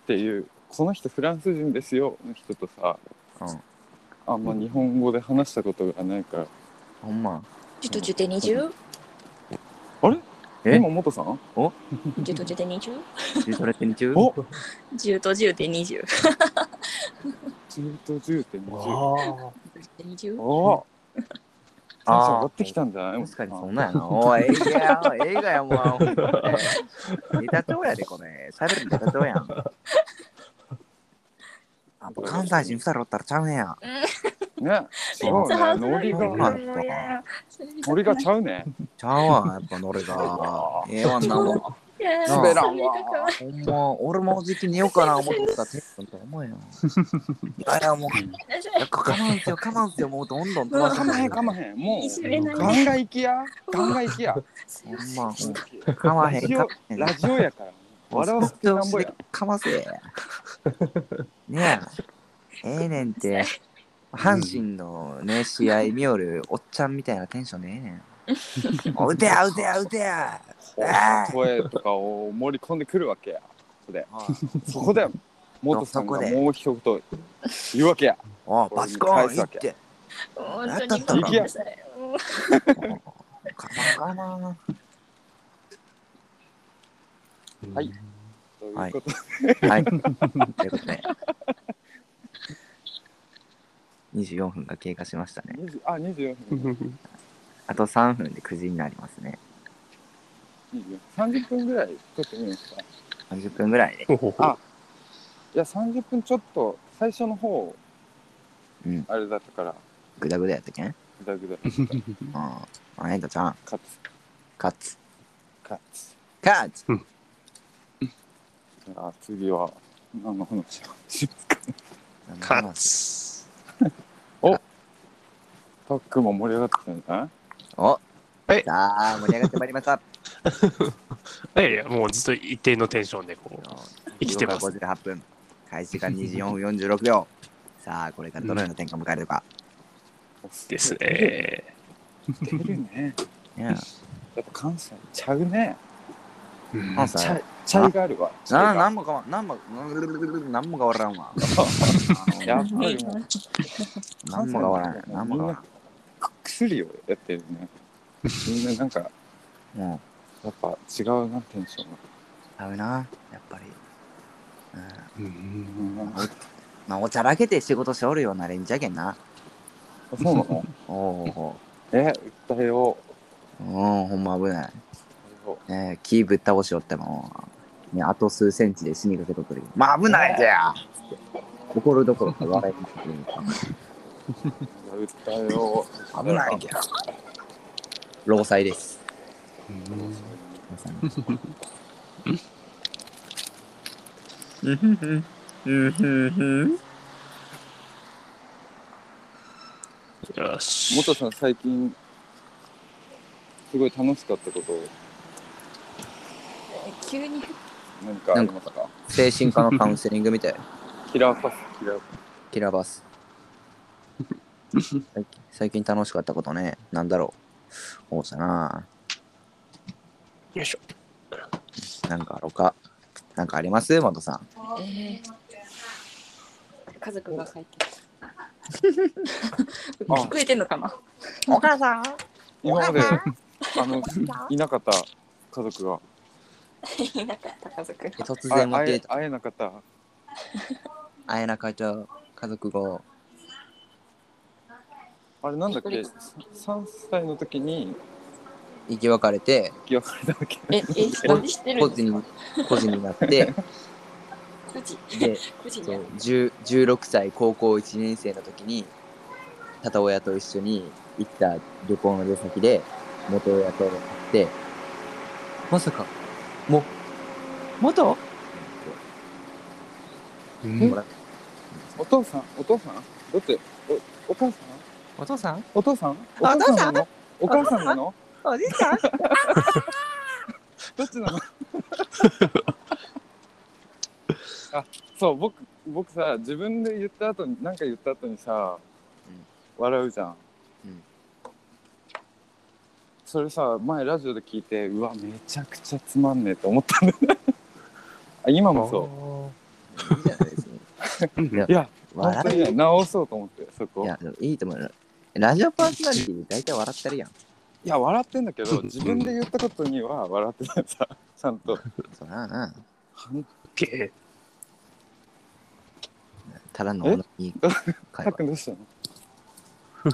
[SPEAKER 2] っていうこの人フランス人ですよの人とさ
[SPEAKER 1] うん、
[SPEAKER 2] あんま日本語で話したことがないから
[SPEAKER 1] ほんま。
[SPEAKER 3] ちょっとちょっと20
[SPEAKER 1] え
[SPEAKER 2] 今元さん
[SPEAKER 3] ちょっとちょっと20
[SPEAKER 1] 中トレ点中
[SPEAKER 2] お
[SPEAKER 3] 10と10で20。
[SPEAKER 2] 10と10点
[SPEAKER 4] わ
[SPEAKER 2] 20
[SPEAKER 4] あ。
[SPEAKER 3] 20
[SPEAKER 2] おお
[SPEAKER 1] あー
[SPEAKER 2] 上がってきたんじゃない
[SPEAKER 1] 確かにそんなんやな。おい、映画や、映画や、もう。ネタ帳やで、これ。喋るネタ帳 やん。あ関西人二人おったらちゃうねや。
[SPEAKER 2] ね違うねノリ
[SPEAKER 1] そうな
[SPEAKER 2] が
[SPEAKER 1] んだ
[SPEAKER 2] ノリがちゃうね
[SPEAKER 1] ちゃうわ、やっぱノリ が。ええわんなもん。
[SPEAKER 2] 滑ら
[SPEAKER 3] ん
[SPEAKER 2] んわ
[SPEAKER 1] ほんま、俺もじき寝ようかな思ってたてっくんと思えよ。いやいや、もう、やっぱ我慢せよ、我慢せよ、もうどんどん止ま
[SPEAKER 2] かまへんかま
[SPEAKER 1] ん。
[SPEAKER 2] へんも
[SPEAKER 3] いじ
[SPEAKER 2] う
[SPEAKER 3] めない
[SPEAKER 2] ガンガン行きやガンガン行きや
[SPEAKER 1] ほんま、かまへん、
[SPEAKER 2] ラジ
[SPEAKER 1] かまへ
[SPEAKER 2] オ
[SPEAKER 1] ん。
[SPEAKER 2] ラジオやから笑わせてなんぼや
[SPEAKER 1] かませ。ねえ。ええねんて。阪神のね、試合見よるおっちゃんみたいなテンションでええねん。お打てや、打てや、打てや。ああ
[SPEAKER 2] 声とかを盛り込んでくるわけやそれそこで元さんがもう一言言うわけや
[SPEAKER 1] おうバチコンいって。
[SPEAKER 3] 本当にごめんなさい。
[SPEAKER 1] かまんかまん
[SPEAKER 2] はい。ということで
[SPEAKER 1] はい。ということで。24分が経過しましたね。
[SPEAKER 2] 20あ24分
[SPEAKER 1] あと3分で9時になりますね。
[SPEAKER 2] 24 30分ぐらい撮ってみますか
[SPEAKER 1] 30分ぐらいで。
[SPEAKER 4] あ、
[SPEAKER 2] いや30分ちょっと最初の方
[SPEAKER 1] うん
[SPEAKER 2] あれだったから
[SPEAKER 1] ぐだぐだやったけん。
[SPEAKER 2] グダグダ
[SPEAKER 1] ああ、あんたちゃん、
[SPEAKER 2] カツ
[SPEAKER 1] カッツ。
[SPEAKER 2] カツ
[SPEAKER 1] カッツ
[SPEAKER 2] じゃあ次は何の話をしますか
[SPEAKER 4] カッツ。
[SPEAKER 2] タックも盛り上がってきたんじゃない
[SPEAKER 1] お
[SPEAKER 4] はい
[SPEAKER 1] さあ、盛り上がってまいりました。
[SPEAKER 4] いやいや、もうずっと一定のテンションでこう。 生きてます
[SPEAKER 1] 5時8分。開始が24分46秒。さあ、これからどのような展開を迎えるのか。
[SPEAKER 4] ですね。
[SPEAKER 2] 出るね
[SPEAKER 1] いや
[SPEAKER 2] やっぱ関西ちゃうね。
[SPEAKER 4] うん
[SPEAKER 1] 関
[SPEAKER 2] ちゃ
[SPEAKER 1] 西
[SPEAKER 2] ちゃいがあるわ。ちゃ
[SPEAKER 1] ない
[SPEAKER 2] が
[SPEAKER 1] な
[SPEAKER 2] あ
[SPEAKER 1] んもかわなんもなんも変わらんわ
[SPEAKER 2] るやっぱりもう
[SPEAKER 1] なんも変わらんなんも変わらん
[SPEAKER 2] く薬をやってるね。みんななんか
[SPEAKER 1] もう
[SPEAKER 2] やっぱ違うなテンションが。
[SPEAKER 1] 合うなやっぱり、うん、
[SPEAKER 4] うん
[SPEAKER 2] うん
[SPEAKER 1] まあおちゃらけて仕事しておるようなレンジャけんな
[SPEAKER 2] そうなの
[SPEAKER 1] おお
[SPEAKER 2] え、訴えよ。
[SPEAKER 1] おおほんま危ないうねえ木ぶっ倒しよってもねあと数センチで死にかけとくるまあ危ないじゃつって怒るどころか笑いにく
[SPEAKER 2] 訴えよう。
[SPEAKER 1] 危ないじゃ労災です うんふんふんうんふんふん
[SPEAKER 4] よし。
[SPEAKER 2] 元さん最近すごい楽しかったこと
[SPEAKER 3] 急に
[SPEAKER 2] 何かありましたか
[SPEAKER 1] 精神科のカウンセリングみたい。
[SPEAKER 2] キラーパスキラーパ
[SPEAKER 1] キラバ ス。最近最近楽しかったことね。なんだろう。おうさな。
[SPEAKER 4] よいしょ。
[SPEAKER 1] なんかあろうか。なんかあります元さん。
[SPEAKER 3] えー家族が帰ってきた
[SPEAKER 2] あ
[SPEAKER 3] 聞こえてんのかな
[SPEAKER 1] お母さん
[SPEAKER 2] ス今まであのいなかった家族が
[SPEAKER 3] いなかった家族
[SPEAKER 1] 突然
[SPEAKER 2] あ
[SPEAKER 1] 持っ
[SPEAKER 2] 会
[SPEAKER 1] て
[SPEAKER 2] え会えなかった
[SPEAKER 1] 会えなかった家族が。
[SPEAKER 2] あれなんだっけ3歳の時に
[SPEAKER 1] 生き別れ て、
[SPEAKER 2] 生き別れたわけ
[SPEAKER 3] え、え、何してる
[SPEAKER 1] 個
[SPEAKER 3] んで
[SPEAKER 1] 人
[SPEAKER 3] すか
[SPEAKER 1] に、個人にな って、
[SPEAKER 3] ?9 時、
[SPEAKER 1] で、
[SPEAKER 3] 9時に
[SPEAKER 1] そ
[SPEAKER 3] や
[SPEAKER 1] う
[SPEAKER 3] る。
[SPEAKER 1] 10 16歳高校1年生の時に片親と一緒に行った旅行の出先で元親と会ってまさかも元
[SPEAKER 4] うん
[SPEAKER 2] お父さんお父さんだっておお母さん
[SPEAKER 1] お父さん
[SPEAKER 2] お父さんお母さんなのお母さんなの
[SPEAKER 1] おじいちゃん
[SPEAKER 2] どっちな のあそう僕僕さ自分で言った後に何か言った後にさ、
[SPEAKER 1] うん
[SPEAKER 2] 笑うじゃん、
[SPEAKER 1] うん
[SPEAKER 2] それさ前ラジオで聞いてうわめちゃくちゃつまんねえと思ったんだよ ねあ今もそ
[SPEAKER 1] いいじゃないですね
[SPEAKER 4] うん。
[SPEAKER 1] いや
[SPEAKER 2] ういや本当
[SPEAKER 1] 笑
[SPEAKER 2] にね直そうと思ってそこ
[SPEAKER 1] うい
[SPEAKER 2] い
[SPEAKER 1] やで
[SPEAKER 2] や
[SPEAKER 1] もいいと思うよラジオパーソナリティで大体笑ってるやん
[SPEAKER 2] 笑ってんだけど
[SPEAKER 4] うん
[SPEAKER 2] 自分で言ったことには笑ってないさちゃんと
[SPEAKER 1] そらな
[SPEAKER 4] け
[SPEAKER 1] ただのおのに会話
[SPEAKER 2] たっくんどうしたの
[SPEAKER 1] だ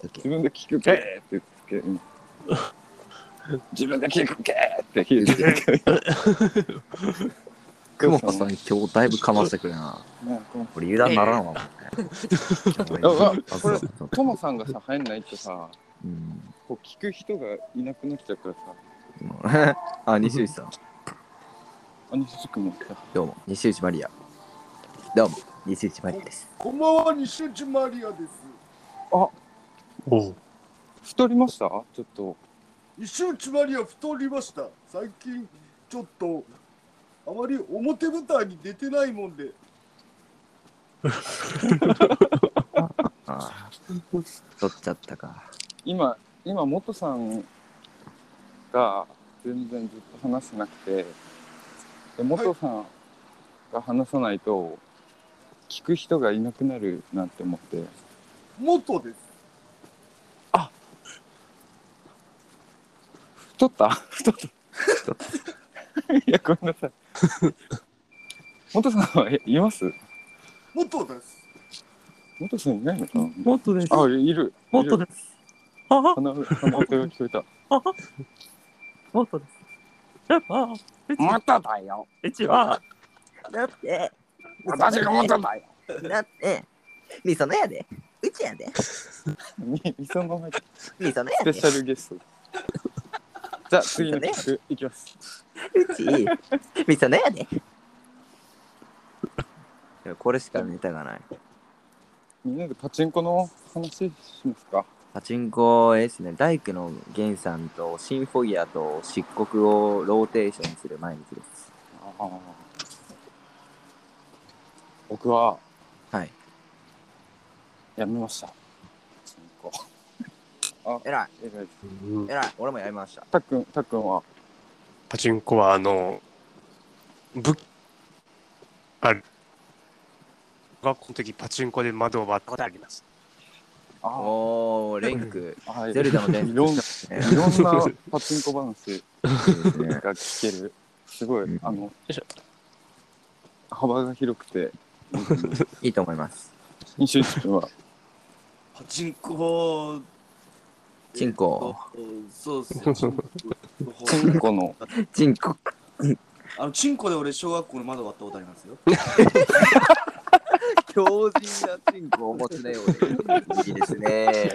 [SPEAKER 1] け
[SPEAKER 2] 自分で聞くけーって言ってけ今 自分で聞くけーって聞いてるけど
[SPEAKER 1] 久保田さん今日だいぶかましてくるな
[SPEAKER 2] ねこの
[SPEAKER 1] 俺油断ならんわもう
[SPEAKER 2] あう
[SPEAKER 1] あ
[SPEAKER 2] わこれ
[SPEAKER 1] そうそう
[SPEAKER 2] トモさんがさ入んないとさ
[SPEAKER 1] うん
[SPEAKER 2] こう聞く人がいなくなっちゃうからさ
[SPEAKER 1] もうあ、西内さん。
[SPEAKER 2] あの人くんもさ
[SPEAKER 1] どうも、西内マリア。どうも、西内マリアです。
[SPEAKER 5] こんばんは、西内マリアです。
[SPEAKER 4] おう
[SPEAKER 2] 太りましたちょっと
[SPEAKER 5] 西内マリア太りました。最近、ちょっと、あまり表舞台に出てないもんで、
[SPEAKER 1] ああ、取っちゃったか。
[SPEAKER 2] 今今元さんが全然ずっと話してなくてで元さんが話さないと聞く人がいなくなるなって思って
[SPEAKER 5] 元です。
[SPEAKER 2] 太った太ったいやごめんなさい元さんはいます
[SPEAKER 5] 元です。
[SPEAKER 2] 元さんいないのかな
[SPEAKER 1] もっとで
[SPEAKER 2] あ、いる。
[SPEAKER 1] もっと
[SPEAKER 2] いる
[SPEAKER 1] です。ああ、
[SPEAKER 2] 鼻鼻音が聞こえた。
[SPEAKER 1] もっとです。やっぱ、
[SPEAKER 2] まただよ。
[SPEAKER 1] うちは。だって、
[SPEAKER 2] 私がまただよ。
[SPEAKER 1] だって、みそのやで。うちやで。
[SPEAKER 2] み、みその前ス
[SPEAKER 1] みそのや
[SPEAKER 2] ペ
[SPEAKER 1] で。
[SPEAKER 2] シャルゲスト。じゃあ、次の曲いきます。
[SPEAKER 1] うち、みそのやで。これしかネタがない。
[SPEAKER 2] みんなでパチンコの話しますか。
[SPEAKER 1] パチンコですね、大工の源さんとシンフォギアと漆黒をローテーションする毎日です。
[SPEAKER 2] ああ。僕は
[SPEAKER 1] はい。
[SPEAKER 2] やめました。パチンコ。
[SPEAKER 1] えらい
[SPEAKER 2] えらい
[SPEAKER 4] うん
[SPEAKER 1] えらい俺もやりました
[SPEAKER 2] たっくんたっくんは
[SPEAKER 4] パチンコはあのぶある学校の時パチンコで窓を割ったことあります
[SPEAKER 2] あ
[SPEAKER 1] おーレンク
[SPEAKER 2] あはい
[SPEAKER 1] ゼルダの伝
[SPEAKER 2] いろんい
[SPEAKER 1] 説ね
[SPEAKER 2] ろんなパチンコ話
[SPEAKER 1] そうですね
[SPEAKER 2] が聞けるすごいあの
[SPEAKER 4] いしょ
[SPEAKER 2] 幅が広くて
[SPEAKER 1] いいと思います
[SPEAKER 2] 飲酒君は
[SPEAKER 5] パチンコ
[SPEAKER 1] チンコ
[SPEAKER 5] えーっとそうっすねチンコの方
[SPEAKER 2] チンコ
[SPEAKER 1] チ
[SPEAKER 2] の
[SPEAKER 1] ンコ
[SPEAKER 5] あのチンコで俺小学校の窓割ったことありますよ
[SPEAKER 1] 強靭なチンコをお持ちのようでいいです ね。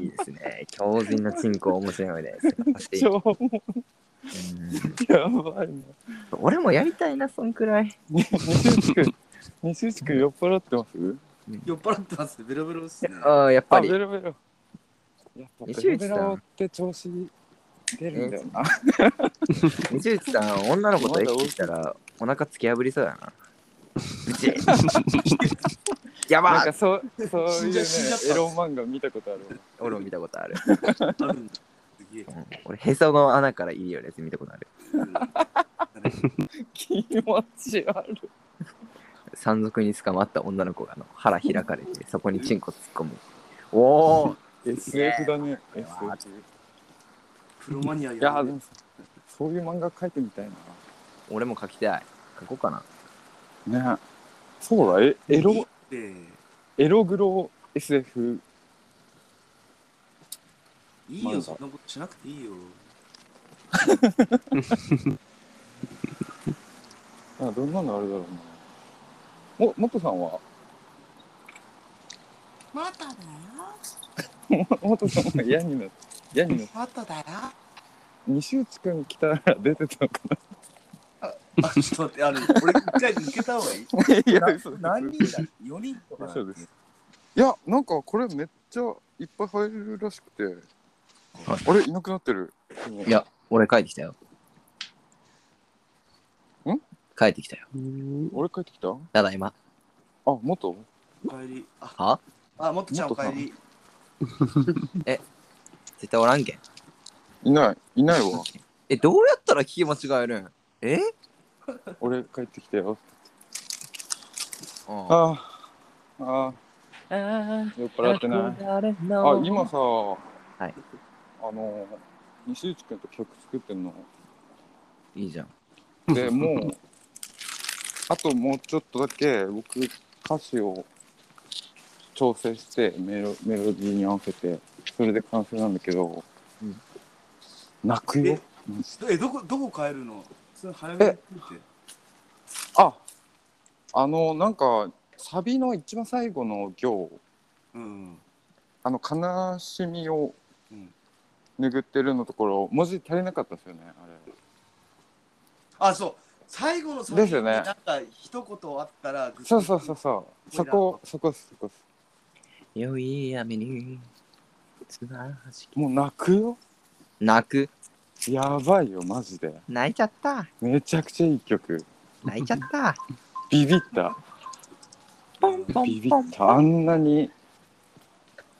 [SPEAKER 1] いいですね。強靭なチンコをお持ちのようで素晴らしい
[SPEAKER 2] 超
[SPEAKER 1] うん
[SPEAKER 2] やばいな
[SPEAKER 1] 俺もやりたいな、そんくらい。
[SPEAKER 2] 西内くん西内くん酔っ払ってます
[SPEAKER 5] 酔っ払ってますねベロベロっすね
[SPEAKER 1] ああ、やっぱ
[SPEAKER 2] あ
[SPEAKER 1] り
[SPEAKER 2] ベ。ロベロやっぱ
[SPEAKER 1] 西
[SPEAKER 2] ベロ
[SPEAKER 1] 内
[SPEAKER 2] ベ
[SPEAKER 1] さん
[SPEAKER 2] ロって調子出るんだよな
[SPEAKER 1] 西内さん、女の子と駅したらお腹突き破りそうや な。ブチッや
[SPEAKER 2] なん
[SPEAKER 1] ば
[SPEAKER 2] か
[SPEAKER 1] っ
[SPEAKER 2] そうそういう
[SPEAKER 5] 死ん
[SPEAKER 2] ね
[SPEAKER 5] じゃ死んじゃった
[SPEAKER 2] エロ漫画見たことある
[SPEAKER 1] 俺も見たことある。
[SPEAKER 5] あるんだすげえ
[SPEAKER 1] うん俺、へその穴からいいよねって見たことある。
[SPEAKER 5] うん
[SPEAKER 2] 気持ち悪い
[SPEAKER 1] 山賊に捕まった女の子があの腹開かれて、そこにチンコ突っ込む。おお
[SPEAKER 2] SF だね
[SPEAKER 1] え
[SPEAKER 2] SF
[SPEAKER 5] プロマニア
[SPEAKER 2] いや
[SPEAKER 5] や
[SPEAKER 2] ーで
[SPEAKER 5] る
[SPEAKER 2] もそういう漫画描いてみたい
[SPEAKER 1] 俺も書きたい。書こうかな。
[SPEAKER 2] なねそうだえエロ
[SPEAKER 5] で
[SPEAKER 2] エログロ SF
[SPEAKER 5] いいよそんなことしなくていいよ
[SPEAKER 2] あどんなのあるだろうなももっとさんは
[SPEAKER 6] まただよ。
[SPEAKER 2] ももっとさんは嫌になっ嫌になっ
[SPEAKER 6] まただよ。
[SPEAKER 2] 西内くん来たら出てたのか
[SPEAKER 5] あちょっと待ってあの俺一回抜けた方がいい
[SPEAKER 2] ないや
[SPEAKER 5] な
[SPEAKER 2] 嘘です
[SPEAKER 5] 何人だ ?4 人とか
[SPEAKER 2] 嘘ですいやなんかこれめっちゃいっぱい入るらしくて、あれいなくなってる
[SPEAKER 1] いや、俺帰ってきたよ。
[SPEAKER 2] ん
[SPEAKER 1] 帰ってきたよ。
[SPEAKER 2] 俺帰ってきたあ
[SPEAKER 1] ただいま。
[SPEAKER 2] もっと
[SPEAKER 5] お帰りあ
[SPEAKER 1] は
[SPEAKER 5] あもっとちゃんお帰り
[SPEAKER 1] 絶対おらんけん。
[SPEAKER 2] いないいない わ
[SPEAKER 1] え、どうやったら聞き間違えるんえ
[SPEAKER 2] 俺帰ってきたよ
[SPEAKER 1] あ
[SPEAKER 2] あーあー酔っ払ってないあ今さ、
[SPEAKER 1] い
[SPEAKER 2] あの西内くんと曲作ってんの
[SPEAKER 1] いいじゃん。
[SPEAKER 2] でもうあともうちょっとだけ僕歌詞を調整してメロメロディーに合わせてそれで完成なんだけど、
[SPEAKER 1] うん
[SPEAKER 2] 泣くよマジで
[SPEAKER 5] えどこどこ帰るのそれ早めに言って
[SPEAKER 2] ああのなんかサビの一番最後の行
[SPEAKER 5] うん
[SPEAKER 2] あの悲しみを
[SPEAKER 5] うん
[SPEAKER 2] 拭ってるのところ文字足りなかったですよねあれ
[SPEAKER 5] あそう最後の最
[SPEAKER 2] です
[SPEAKER 5] 後
[SPEAKER 2] よ
[SPEAKER 5] に
[SPEAKER 2] ね
[SPEAKER 5] なんか一言あったらグッと
[SPEAKER 2] そうそうそうそうそこそこっすそこっす
[SPEAKER 1] 良い雨に、つなはじき。
[SPEAKER 2] もう泣くよ
[SPEAKER 1] 泣く。
[SPEAKER 2] やばいよマジで
[SPEAKER 1] 泣いちゃった。
[SPEAKER 2] めちゃくちゃいい曲
[SPEAKER 1] 泣いちゃった。
[SPEAKER 2] ビビった
[SPEAKER 1] ポンポ
[SPEAKER 2] ビ
[SPEAKER 1] ン
[SPEAKER 2] ビ
[SPEAKER 1] ポン
[SPEAKER 2] っ。たあんなに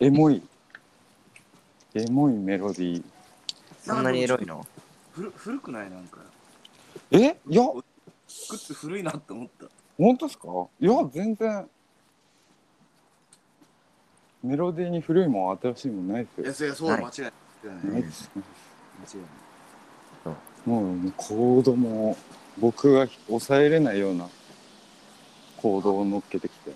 [SPEAKER 2] エモいエモいメロディー
[SPEAKER 1] そんなにエロいの
[SPEAKER 5] 古古くないなんか
[SPEAKER 2] えいや
[SPEAKER 5] 靴古いなって思った
[SPEAKER 2] 本当ですかいや全然メロディーに古いもん新しいもんないです
[SPEAKER 5] いや
[SPEAKER 2] よ
[SPEAKER 5] そりゃそう
[SPEAKER 1] はい
[SPEAKER 5] 間違いな
[SPEAKER 2] な
[SPEAKER 5] い
[SPEAKER 2] い
[SPEAKER 5] 間違いない
[SPEAKER 2] です
[SPEAKER 5] 間違いない
[SPEAKER 2] もうもうコードも僕が抑えれないような行動を乗っけてきて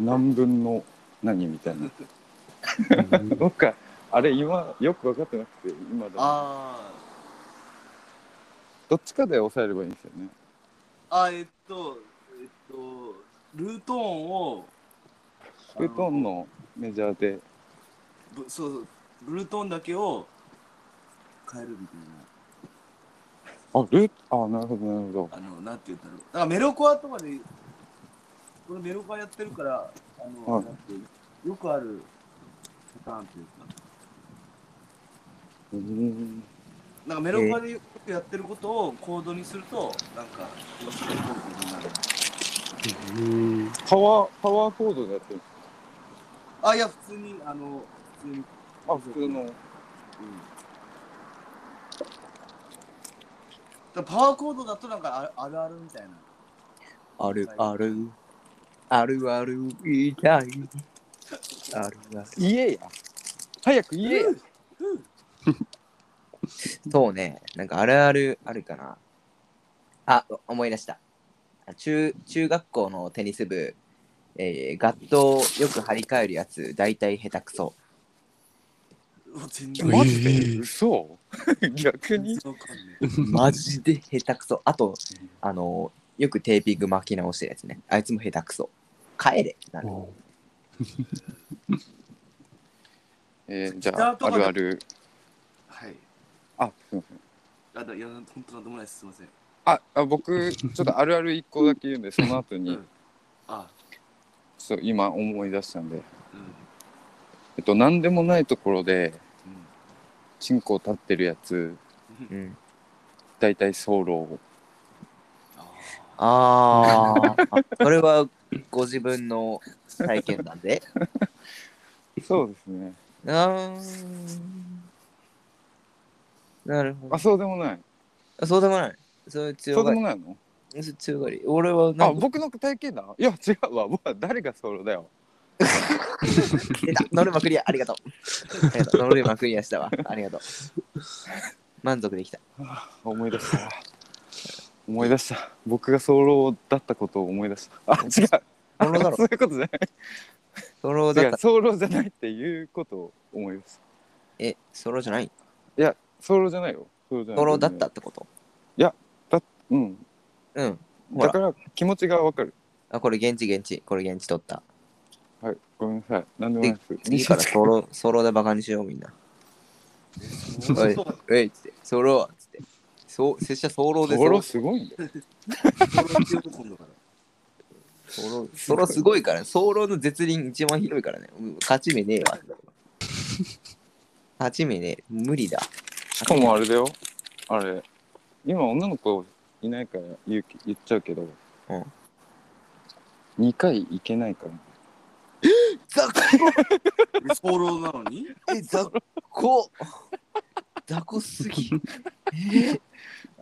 [SPEAKER 2] 何分の何みたいななんかあれ今よく分かってなくて今だな
[SPEAKER 5] あー
[SPEAKER 2] どっちかで抑えればいいんですよね
[SPEAKER 5] あえっとえっとルートーンを
[SPEAKER 2] ウェトンのメジャーで
[SPEAKER 5] ぶそうそうルートーンだけを変えるみたいな
[SPEAKER 2] あルーあなるほどなるほど
[SPEAKER 5] あの、なんて言うんだろう。だからメロコアとかで、このメロコアやってるから、あの、
[SPEAKER 2] はい
[SPEAKER 5] なんていうよくあるパターンというか、
[SPEAKER 2] うーん
[SPEAKER 5] なんかメロコアでよくやってることをコードにすると、なんか、よし方向になる。
[SPEAKER 4] うん
[SPEAKER 2] パワーパワーコードでやってる
[SPEAKER 5] あ、いや、普通に、あの、普通に。
[SPEAKER 2] あ、普通の。
[SPEAKER 5] だパワーコードだとなんかあるあるあるみたいな。
[SPEAKER 1] あるある。あるある痛い。あるある。
[SPEAKER 2] 言えや。早く言えや。
[SPEAKER 1] そうね。なんかあるあるあるかな。あ、お思い出した。中中学校のテニス部、えー、ガットをよく張り替えるやつ、大体下手くそ。
[SPEAKER 5] うわ全
[SPEAKER 4] え
[SPEAKER 5] 然
[SPEAKER 4] ー
[SPEAKER 2] マジで嘘 逆に
[SPEAKER 5] わかんね
[SPEAKER 1] マジで下手くそ。あと、あのよくテーピング巻き直してるやつね。あいつも下手くそ。帰れってなる。
[SPEAKER 2] えー、じゃ
[SPEAKER 5] ギター
[SPEAKER 2] あ、
[SPEAKER 5] と
[SPEAKER 2] あ
[SPEAKER 5] かで
[SPEAKER 2] るある。
[SPEAKER 5] はい。
[SPEAKER 2] あ、すいません。
[SPEAKER 5] あだいや本当なんでもないです。すみません。
[SPEAKER 2] あ、あ僕、ちょっとあるある一個だけ言うんで、その後
[SPEAKER 5] う
[SPEAKER 2] に
[SPEAKER 5] ん、あ、
[SPEAKER 2] ちょっと今思い出したんで。
[SPEAKER 5] うん
[SPEAKER 2] えっと、なんでもないところで、チンコ立ってるやつ、
[SPEAKER 5] うん。
[SPEAKER 1] うん、
[SPEAKER 2] だいたいソロ
[SPEAKER 5] あ
[SPEAKER 1] あー あ、それはご自分の体験なんで。
[SPEAKER 2] そうですね。
[SPEAKER 1] うーん。なるほど
[SPEAKER 2] あ、。そうでもない。
[SPEAKER 1] あそうでもない。そういう
[SPEAKER 2] そ
[SPEAKER 1] 強
[SPEAKER 2] うで
[SPEAKER 1] がり
[SPEAKER 2] も。ないの
[SPEAKER 1] そういう強がり。俺はな
[SPEAKER 2] あ、
[SPEAKER 1] んか
[SPEAKER 2] 僕の体験だ。いや、違うわ。僕は誰がソロだよ。
[SPEAKER 1] 出 た。ノルマクリア。ありがとう。ありがとうノルマクリアしたわ。ありがとう。満足で きた。
[SPEAKER 2] 思い出 した。思い出した。僕がソロだったことを思い出した。あ、違う。
[SPEAKER 1] ソロだろ
[SPEAKER 2] そういうことじゃない。
[SPEAKER 1] ソロだ
[SPEAKER 2] 違
[SPEAKER 1] っ
[SPEAKER 2] う
[SPEAKER 1] た。
[SPEAKER 2] ソロじゃないっていうことを思いました
[SPEAKER 1] え、ソロじゃない
[SPEAKER 2] いやソロじゃないよソロじゃな
[SPEAKER 1] ソ
[SPEAKER 2] い
[SPEAKER 1] ロだったってこと
[SPEAKER 2] うん
[SPEAKER 1] うん。ほら
[SPEAKER 2] だから気持ちがわかる
[SPEAKER 1] あ、これ現地現地。これ現地取った。
[SPEAKER 2] はいごめんなさい何でもないです
[SPEAKER 1] 次からソロ、ソロでバカにしようみんな。
[SPEAKER 5] ー
[SPEAKER 1] おい
[SPEAKER 5] そう
[SPEAKER 1] えいっつって、ソロっつって。そう、拙者ソロで
[SPEAKER 2] ソロすごいんだよ
[SPEAKER 5] それ強く今度から。
[SPEAKER 1] ソロソロすごいからね。ソロの絶輪一番広いからね。うん勝ち目ねえわ。勝ち目ねえ。無理だ。
[SPEAKER 2] しかもあれだよあれ今女の子いないから言う言っちゃうけど
[SPEAKER 1] うん
[SPEAKER 2] 2回行けないから
[SPEAKER 1] 雑
[SPEAKER 5] えソロなのに？
[SPEAKER 1] 魚え、雑魚雑魚すぎ。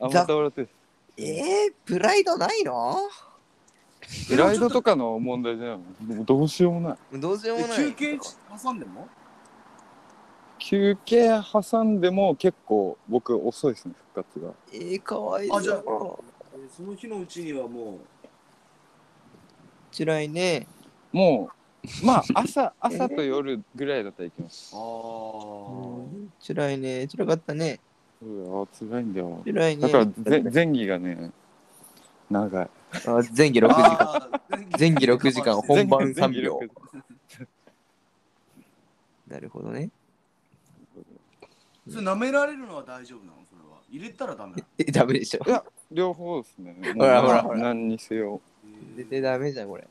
[SPEAKER 2] あま
[SPEAKER 1] ざ
[SPEAKER 2] た笑ってる
[SPEAKER 1] えー、プライドないの
[SPEAKER 2] プライドとかの問題じゃないのもうどうしようもない
[SPEAKER 1] どうしよう
[SPEAKER 5] え
[SPEAKER 1] もない。
[SPEAKER 5] 休憩挟んでも？
[SPEAKER 2] 休憩挟んでも結構僕遅いですね復活が
[SPEAKER 1] えー、かわい
[SPEAKER 5] あじゃあ
[SPEAKER 1] そう。
[SPEAKER 5] えその日のうちにはも
[SPEAKER 1] つらいね。
[SPEAKER 2] も う、まあ、朝、朝と夜ぐらいだったら行きます。
[SPEAKER 5] う。あ
[SPEAKER 1] つらいね。つらかったね。
[SPEAKER 2] うわ、辛いんだよ。
[SPEAKER 1] つらいね。
[SPEAKER 2] だから、ぜ前期がね、長い。
[SPEAKER 1] あ前期
[SPEAKER 5] あ。
[SPEAKER 1] 6時間。
[SPEAKER 5] あー
[SPEAKER 1] 前期6時間
[SPEAKER 5] 我慢して
[SPEAKER 1] 本番
[SPEAKER 2] 前期
[SPEAKER 1] 3秒
[SPEAKER 2] 前期
[SPEAKER 1] なるほどね。
[SPEAKER 5] それ舐められるのは大丈夫なの？それは入れたらダメなの。
[SPEAKER 1] え、ダメでしょ。
[SPEAKER 2] 両方ですね。もう
[SPEAKER 1] ほらほらほら
[SPEAKER 2] 何にせよ。
[SPEAKER 1] 絶対ダメじゃん、これ。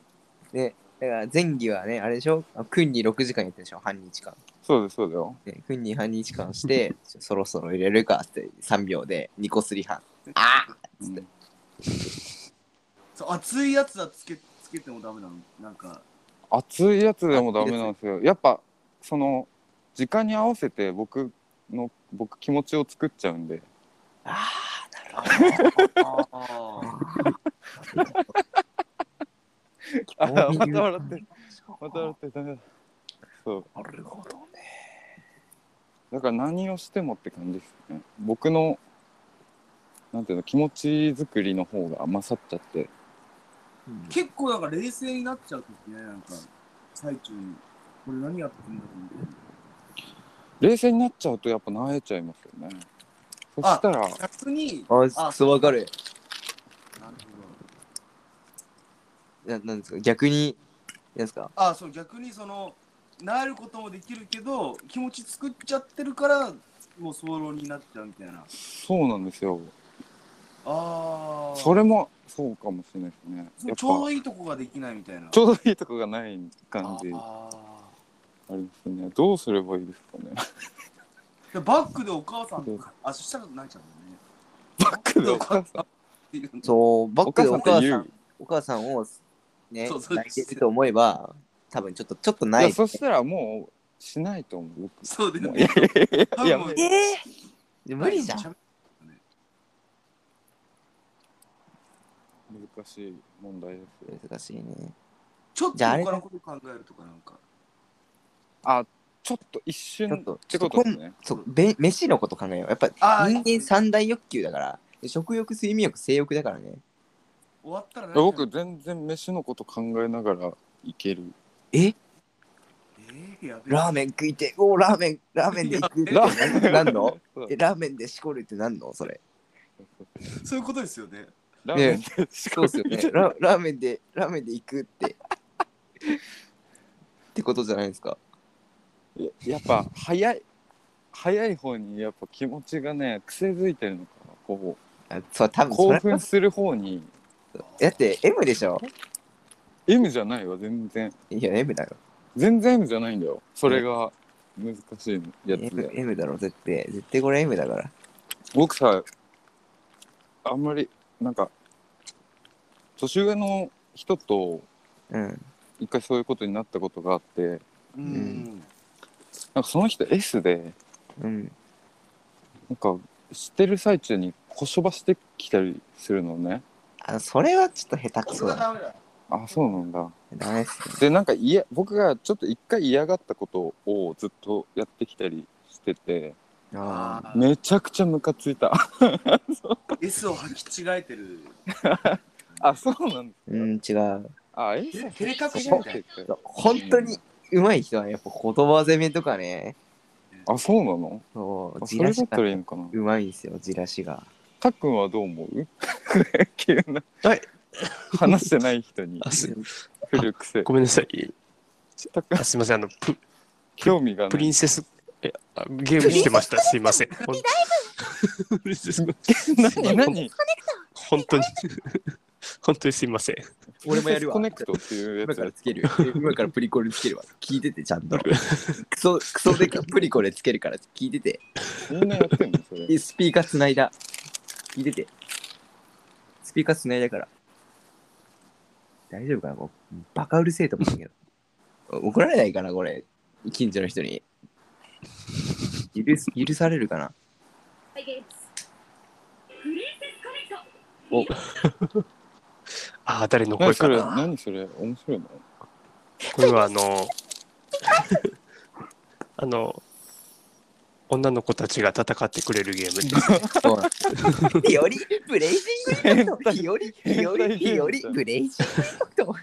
[SPEAKER 1] ね、だから前期はね、あれでしょあ訓に6時間やったでしょ半日間。
[SPEAKER 2] そうです、そうだよ。
[SPEAKER 1] ね、訓に半日間 して、ちょそろそろ入れるかって3秒で2個すり半。あ
[SPEAKER 2] うん
[SPEAKER 5] そう熱いやつはつけつけてもダメなの。なんか
[SPEAKER 2] 熱いやつでもダメなんですよ。やっぱ、その、時間に合わせて僕の、僕気持ちを作っちゃうんで。
[SPEAKER 1] あ
[SPEAKER 5] あーあー
[SPEAKER 2] あ、
[SPEAKER 1] こういう
[SPEAKER 2] また笑ってる。また笑ってる。ダメだ。そう。
[SPEAKER 1] なるほどね。
[SPEAKER 2] だから何をしてもって感じですね。僕の、なんていうの、気持ち作りの方が勝っちゃって。
[SPEAKER 5] 結構なんか冷静になっちゃう時ねなんか最中にこれ何やってんだろうみたいな。
[SPEAKER 2] 冷静になっちゃうとやっぱ萎えちゃいますよね。そ
[SPEAKER 5] あ
[SPEAKER 2] したら、
[SPEAKER 5] 逆に
[SPEAKER 1] あ、そうわかる。
[SPEAKER 5] なるほど
[SPEAKER 1] ななんですか逆に、なんですか
[SPEAKER 5] あそう逆にそのなることもできるけど気持ち作っちゃってるからもう早漏になっちゃうみたいな
[SPEAKER 2] そうなんですよ。
[SPEAKER 5] ああ
[SPEAKER 2] それもそうかもしれないですね。やっぱ、
[SPEAKER 5] ちょうどいいとこができないみたいな
[SPEAKER 2] ちょうどいいとこがない感じあ
[SPEAKER 5] あ
[SPEAKER 2] りますね。どうすればいいですかね。
[SPEAKER 5] ーでバックでお母さんとかあそしたら泣いちゃうんだよね
[SPEAKER 2] バックでお母さん。
[SPEAKER 5] っていう
[SPEAKER 1] そう、バッ
[SPEAKER 2] お
[SPEAKER 1] クで
[SPEAKER 2] 母さん
[SPEAKER 1] お
[SPEAKER 2] っ
[SPEAKER 1] 母
[SPEAKER 2] て言
[SPEAKER 1] さ、
[SPEAKER 2] うん
[SPEAKER 1] お母さんを、ね、
[SPEAKER 5] そうそう
[SPEAKER 1] 泣いてると思えば、多分ちょっとちょっと
[SPEAKER 2] い
[SPEAKER 1] な
[SPEAKER 2] や
[SPEAKER 1] い。
[SPEAKER 2] そしたらもうしないと思う僕
[SPEAKER 5] そうだよ
[SPEAKER 2] もういや
[SPEAKER 5] ね
[SPEAKER 2] い。やいやいや
[SPEAKER 5] 多分
[SPEAKER 1] えー無理じゃん。
[SPEAKER 2] 難しい問題ですよ
[SPEAKER 1] 難しいね。
[SPEAKER 5] ちょっと
[SPEAKER 1] じゃああれ
[SPEAKER 5] 他のこと考えるとかなんか。
[SPEAKER 2] あちょっと一
[SPEAKER 1] ちょっ
[SPEAKER 2] 瞬
[SPEAKER 1] と
[SPEAKER 2] ってことですね
[SPEAKER 1] そう、べ飯のこと考えよう。やっぱ
[SPEAKER 5] あー
[SPEAKER 1] 人間三大欲求だから、食欲、睡眠欲、性欲だからね。
[SPEAKER 5] 終わったら何やる
[SPEAKER 2] 僕全然飯のこと考えながらいける
[SPEAKER 5] えー、やべえ
[SPEAKER 1] ラーメン食いて、おーラーメン、ラーメンで行くって
[SPEAKER 2] ラ
[SPEAKER 1] なんなんの
[SPEAKER 2] そう
[SPEAKER 1] え、ラーメンでしこるってなんのそれ。
[SPEAKER 5] そういうことですよね。
[SPEAKER 2] ラーメン
[SPEAKER 1] ね
[SPEAKER 2] でし
[SPEAKER 1] そうっすよね。 ララーメンで、ラーメンで行くって。ってことじゃないですか。
[SPEAKER 2] ややっぱ早い早い方にやっぱ気持ちがね癖づいてるのかなこ
[SPEAKER 1] あそう、多
[SPEAKER 2] う
[SPEAKER 1] 分そ
[SPEAKER 2] 興
[SPEAKER 1] れ
[SPEAKER 2] 奮する方に
[SPEAKER 1] だって M でしょ
[SPEAKER 2] M じゃないわ全然
[SPEAKER 1] いや、M だよ。
[SPEAKER 2] 全然 M じゃないんだよそれが難しいやつ
[SPEAKER 1] M,
[SPEAKER 2] で
[SPEAKER 1] M だろ、絶対。絶対これ M だから。
[SPEAKER 2] 僕さあんまりなんか年上の人と
[SPEAKER 1] うん。
[SPEAKER 2] 一回そういうことになったことがあって
[SPEAKER 5] う。
[SPEAKER 1] うん
[SPEAKER 2] なんかその人 S で
[SPEAKER 1] うん。
[SPEAKER 2] なんかしてる最中にこしょばしてきたりするのね
[SPEAKER 1] あの、それはちょっと下手く
[SPEAKER 5] そ
[SPEAKER 1] そ
[SPEAKER 5] れは
[SPEAKER 1] だ。
[SPEAKER 5] ダメだ。
[SPEAKER 2] あそうなんだ
[SPEAKER 1] ダメっすね。
[SPEAKER 2] でなんかいや僕がちょっと一回嫌がったことをずっとやってきたりしてて
[SPEAKER 1] ああ。
[SPEAKER 5] あー
[SPEAKER 2] めちゃくちゃムカついた
[SPEAKER 5] S を履き違えてる。
[SPEAKER 2] あそうなんですか、
[SPEAKER 1] うん、違う。
[SPEAKER 2] あ S
[SPEAKER 5] え計画じゃ
[SPEAKER 2] そ
[SPEAKER 5] ん
[SPEAKER 2] うって言って
[SPEAKER 1] 本当に上手い人はやっぱ言葉攻めとかね。
[SPEAKER 2] あそうなの
[SPEAKER 1] そう、
[SPEAKER 2] あ
[SPEAKER 1] じ
[SPEAKER 2] そ
[SPEAKER 1] ら
[SPEAKER 2] れだ
[SPEAKER 1] し
[SPEAKER 2] った
[SPEAKER 1] が
[SPEAKER 2] らいいのかな
[SPEAKER 1] うまいんですよ、じらしが。
[SPEAKER 2] たっくんはどう思う 急な
[SPEAKER 4] はい
[SPEAKER 2] 話してない人に
[SPEAKER 4] あす
[SPEAKER 2] 振る癖
[SPEAKER 4] ごめんなさい。
[SPEAKER 2] たっくん
[SPEAKER 4] あすみません、あの、プ
[SPEAKER 2] 興味が
[SPEAKER 4] プ
[SPEAKER 2] な
[SPEAKER 4] リ
[SPEAKER 2] い
[SPEAKER 4] ンセス、えあゲームしてました。すいません。ほんプリンセス
[SPEAKER 2] 何何
[SPEAKER 4] 本当に、本当にすいません。
[SPEAKER 1] 俺もやるわ
[SPEAKER 2] コネクトっていうや
[SPEAKER 1] 今
[SPEAKER 2] つ
[SPEAKER 1] からつけるよ。 今からプリコレつけるわ。聞いてて、ちゃんと。クソ、クソでかプリコレつけるから聞いてて。
[SPEAKER 2] みんなやってんのそれ
[SPEAKER 1] えスピーカーつないだ。聞いてて。スピーカーつないだから。大丈夫かなこうバカうるせえと思うんだけど。お怒られないかなこれ。近所の人に。許す許されるかな
[SPEAKER 4] ああ、誰の声
[SPEAKER 2] 何
[SPEAKER 4] か
[SPEAKER 2] それ
[SPEAKER 4] な。
[SPEAKER 2] 何それ面白いの
[SPEAKER 4] これはあの、あの、女の子たちが戦ってくれるゲームです。
[SPEAKER 1] そうなん よりブレイジングインパクトよ りよりよりブレイジングインパクト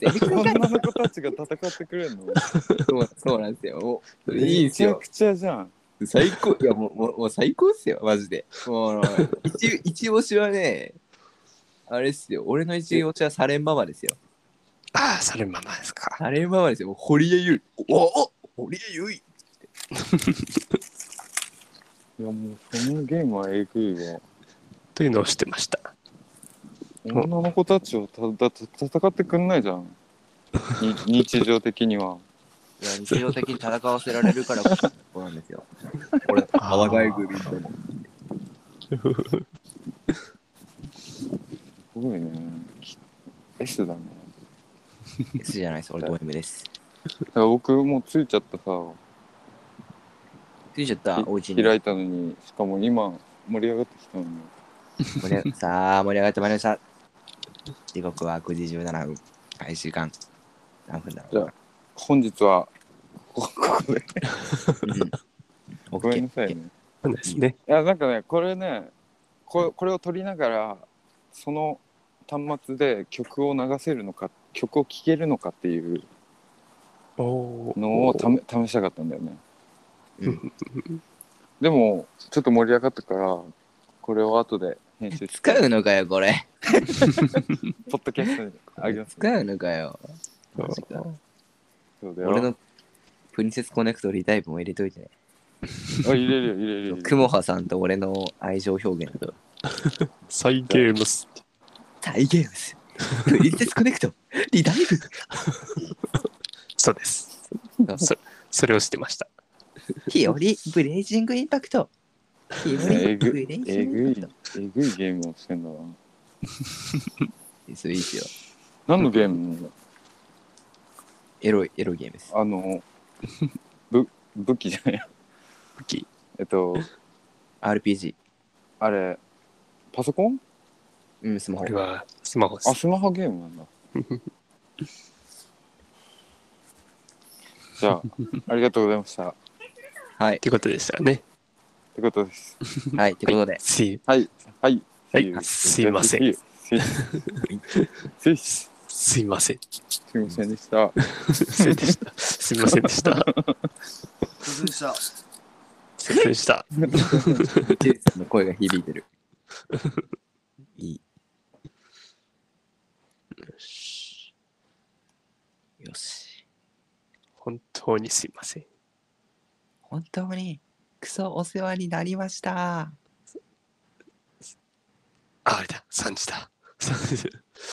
[SPEAKER 1] 全力
[SPEAKER 2] 女の子たちが戦ってくれるの
[SPEAKER 1] そう そうなんですよ。もう いいんすよ
[SPEAKER 2] めちゃ。くちゃじゃん
[SPEAKER 1] 最高。いやもうもうもう最高っすよ、マジで。もうあの一一押しはね、あれっすよ、俺の一押しはサレンママですよ。
[SPEAKER 4] ああ、それままですか。
[SPEAKER 1] サレンママですよ、もう堀江優衣。おお堀江優衣
[SPEAKER 2] いやもうそのゲームはえぐいわ
[SPEAKER 4] というのをしてました。
[SPEAKER 2] 女の子たちをただ戦ってくんないじゃんに 日常的にはい
[SPEAKER 1] や、日常的に戦わせられるからこ そなんですよ。俺、
[SPEAKER 4] あ
[SPEAKER 1] 戦い組でも。
[SPEAKER 2] すごいね S だね
[SPEAKER 1] S じゃないです、俺ド M です。
[SPEAKER 2] だから僕もうついちゃったさ
[SPEAKER 1] ついちゃった、おうちに。
[SPEAKER 2] 開いたのにしかも今盛り上がってきたのに
[SPEAKER 1] 盛り上が さあ、盛り上がってまいりました。時刻は9時17分。開始時間。何分だろう。
[SPEAKER 2] 本日はここここで
[SPEAKER 1] オ
[SPEAKER 2] ご
[SPEAKER 1] ッケ
[SPEAKER 2] めん
[SPEAKER 1] ー
[SPEAKER 2] なさいね
[SPEAKER 4] そうですね。
[SPEAKER 2] いやなんかねこれねここれを撮りながらその端末で曲を流せるのか曲を聴けるのかっていう
[SPEAKER 4] おー
[SPEAKER 2] のをため試したかったんだよね、
[SPEAKER 1] うん
[SPEAKER 2] でもちょっと盛り上がったからこれを後で編集して
[SPEAKER 1] 使うのかよ、これ。
[SPEAKER 2] ポッドキャストにあげます、
[SPEAKER 1] 使うのかよ。
[SPEAKER 4] うん
[SPEAKER 1] マジか
[SPEAKER 2] そうだよ
[SPEAKER 1] 俺のプリンセスコネクトリタイプも入れといてね。
[SPEAKER 2] あ入れるよ入れるよ入れ
[SPEAKER 1] ク
[SPEAKER 2] る
[SPEAKER 1] モハさんと俺の愛情表現と。
[SPEAKER 4] 再ゲームス。
[SPEAKER 1] 大ゲームです。プリンセスコネク トリタイプ
[SPEAKER 4] そうです。そそれをしてました。
[SPEAKER 1] 日和ブレイジングインパクト日和ブレ
[SPEAKER 2] え
[SPEAKER 1] イジ
[SPEAKER 2] ぐ
[SPEAKER 1] ングイ
[SPEAKER 2] えぐ
[SPEAKER 1] ン
[SPEAKER 2] い
[SPEAKER 1] パク
[SPEAKER 2] えぐいゲームをしてんだな
[SPEAKER 1] ト。そういいっすよ。
[SPEAKER 2] 何のゲームなの
[SPEAKER 1] エロい、エロいゲームです。
[SPEAKER 2] あ の、ぶ武器じゃないや。
[SPEAKER 1] 武器
[SPEAKER 2] えっと、
[SPEAKER 1] RPG。
[SPEAKER 2] あれ、パソコン
[SPEAKER 1] うん、スマホ
[SPEAKER 4] これ。はスマホです
[SPEAKER 2] あ、。スマホゲームなんだ。 じゃあ、ありがとうございました。っ
[SPEAKER 1] はい
[SPEAKER 4] っ。てことでしたね。
[SPEAKER 2] てことです。
[SPEAKER 1] はい、ということで。
[SPEAKER 4] See you.
[SPEAKER 2] はい。はい。
[SPEAKER 4] はいすいません
[SPEAKER 2] See you. See you. See you. す
[SPEAKER 4] すいません。
[SPEAKER 2] いませんでした。
[SPEAKER 4] すいませんで した。すいませんでした。
[SPEAKER 5] 突然した。
[SPEAKER 4] すいませんでした。
[SPEAKER 1] ジェイさんの声が響いてる。いい。よし。よし。
[SPEAKER 4] 本当にすいません。
[SPEAKER 1] 本当に、クソお世話になりました。
[SPEAKER 4] あ、あれだ。3時だ。3時だ。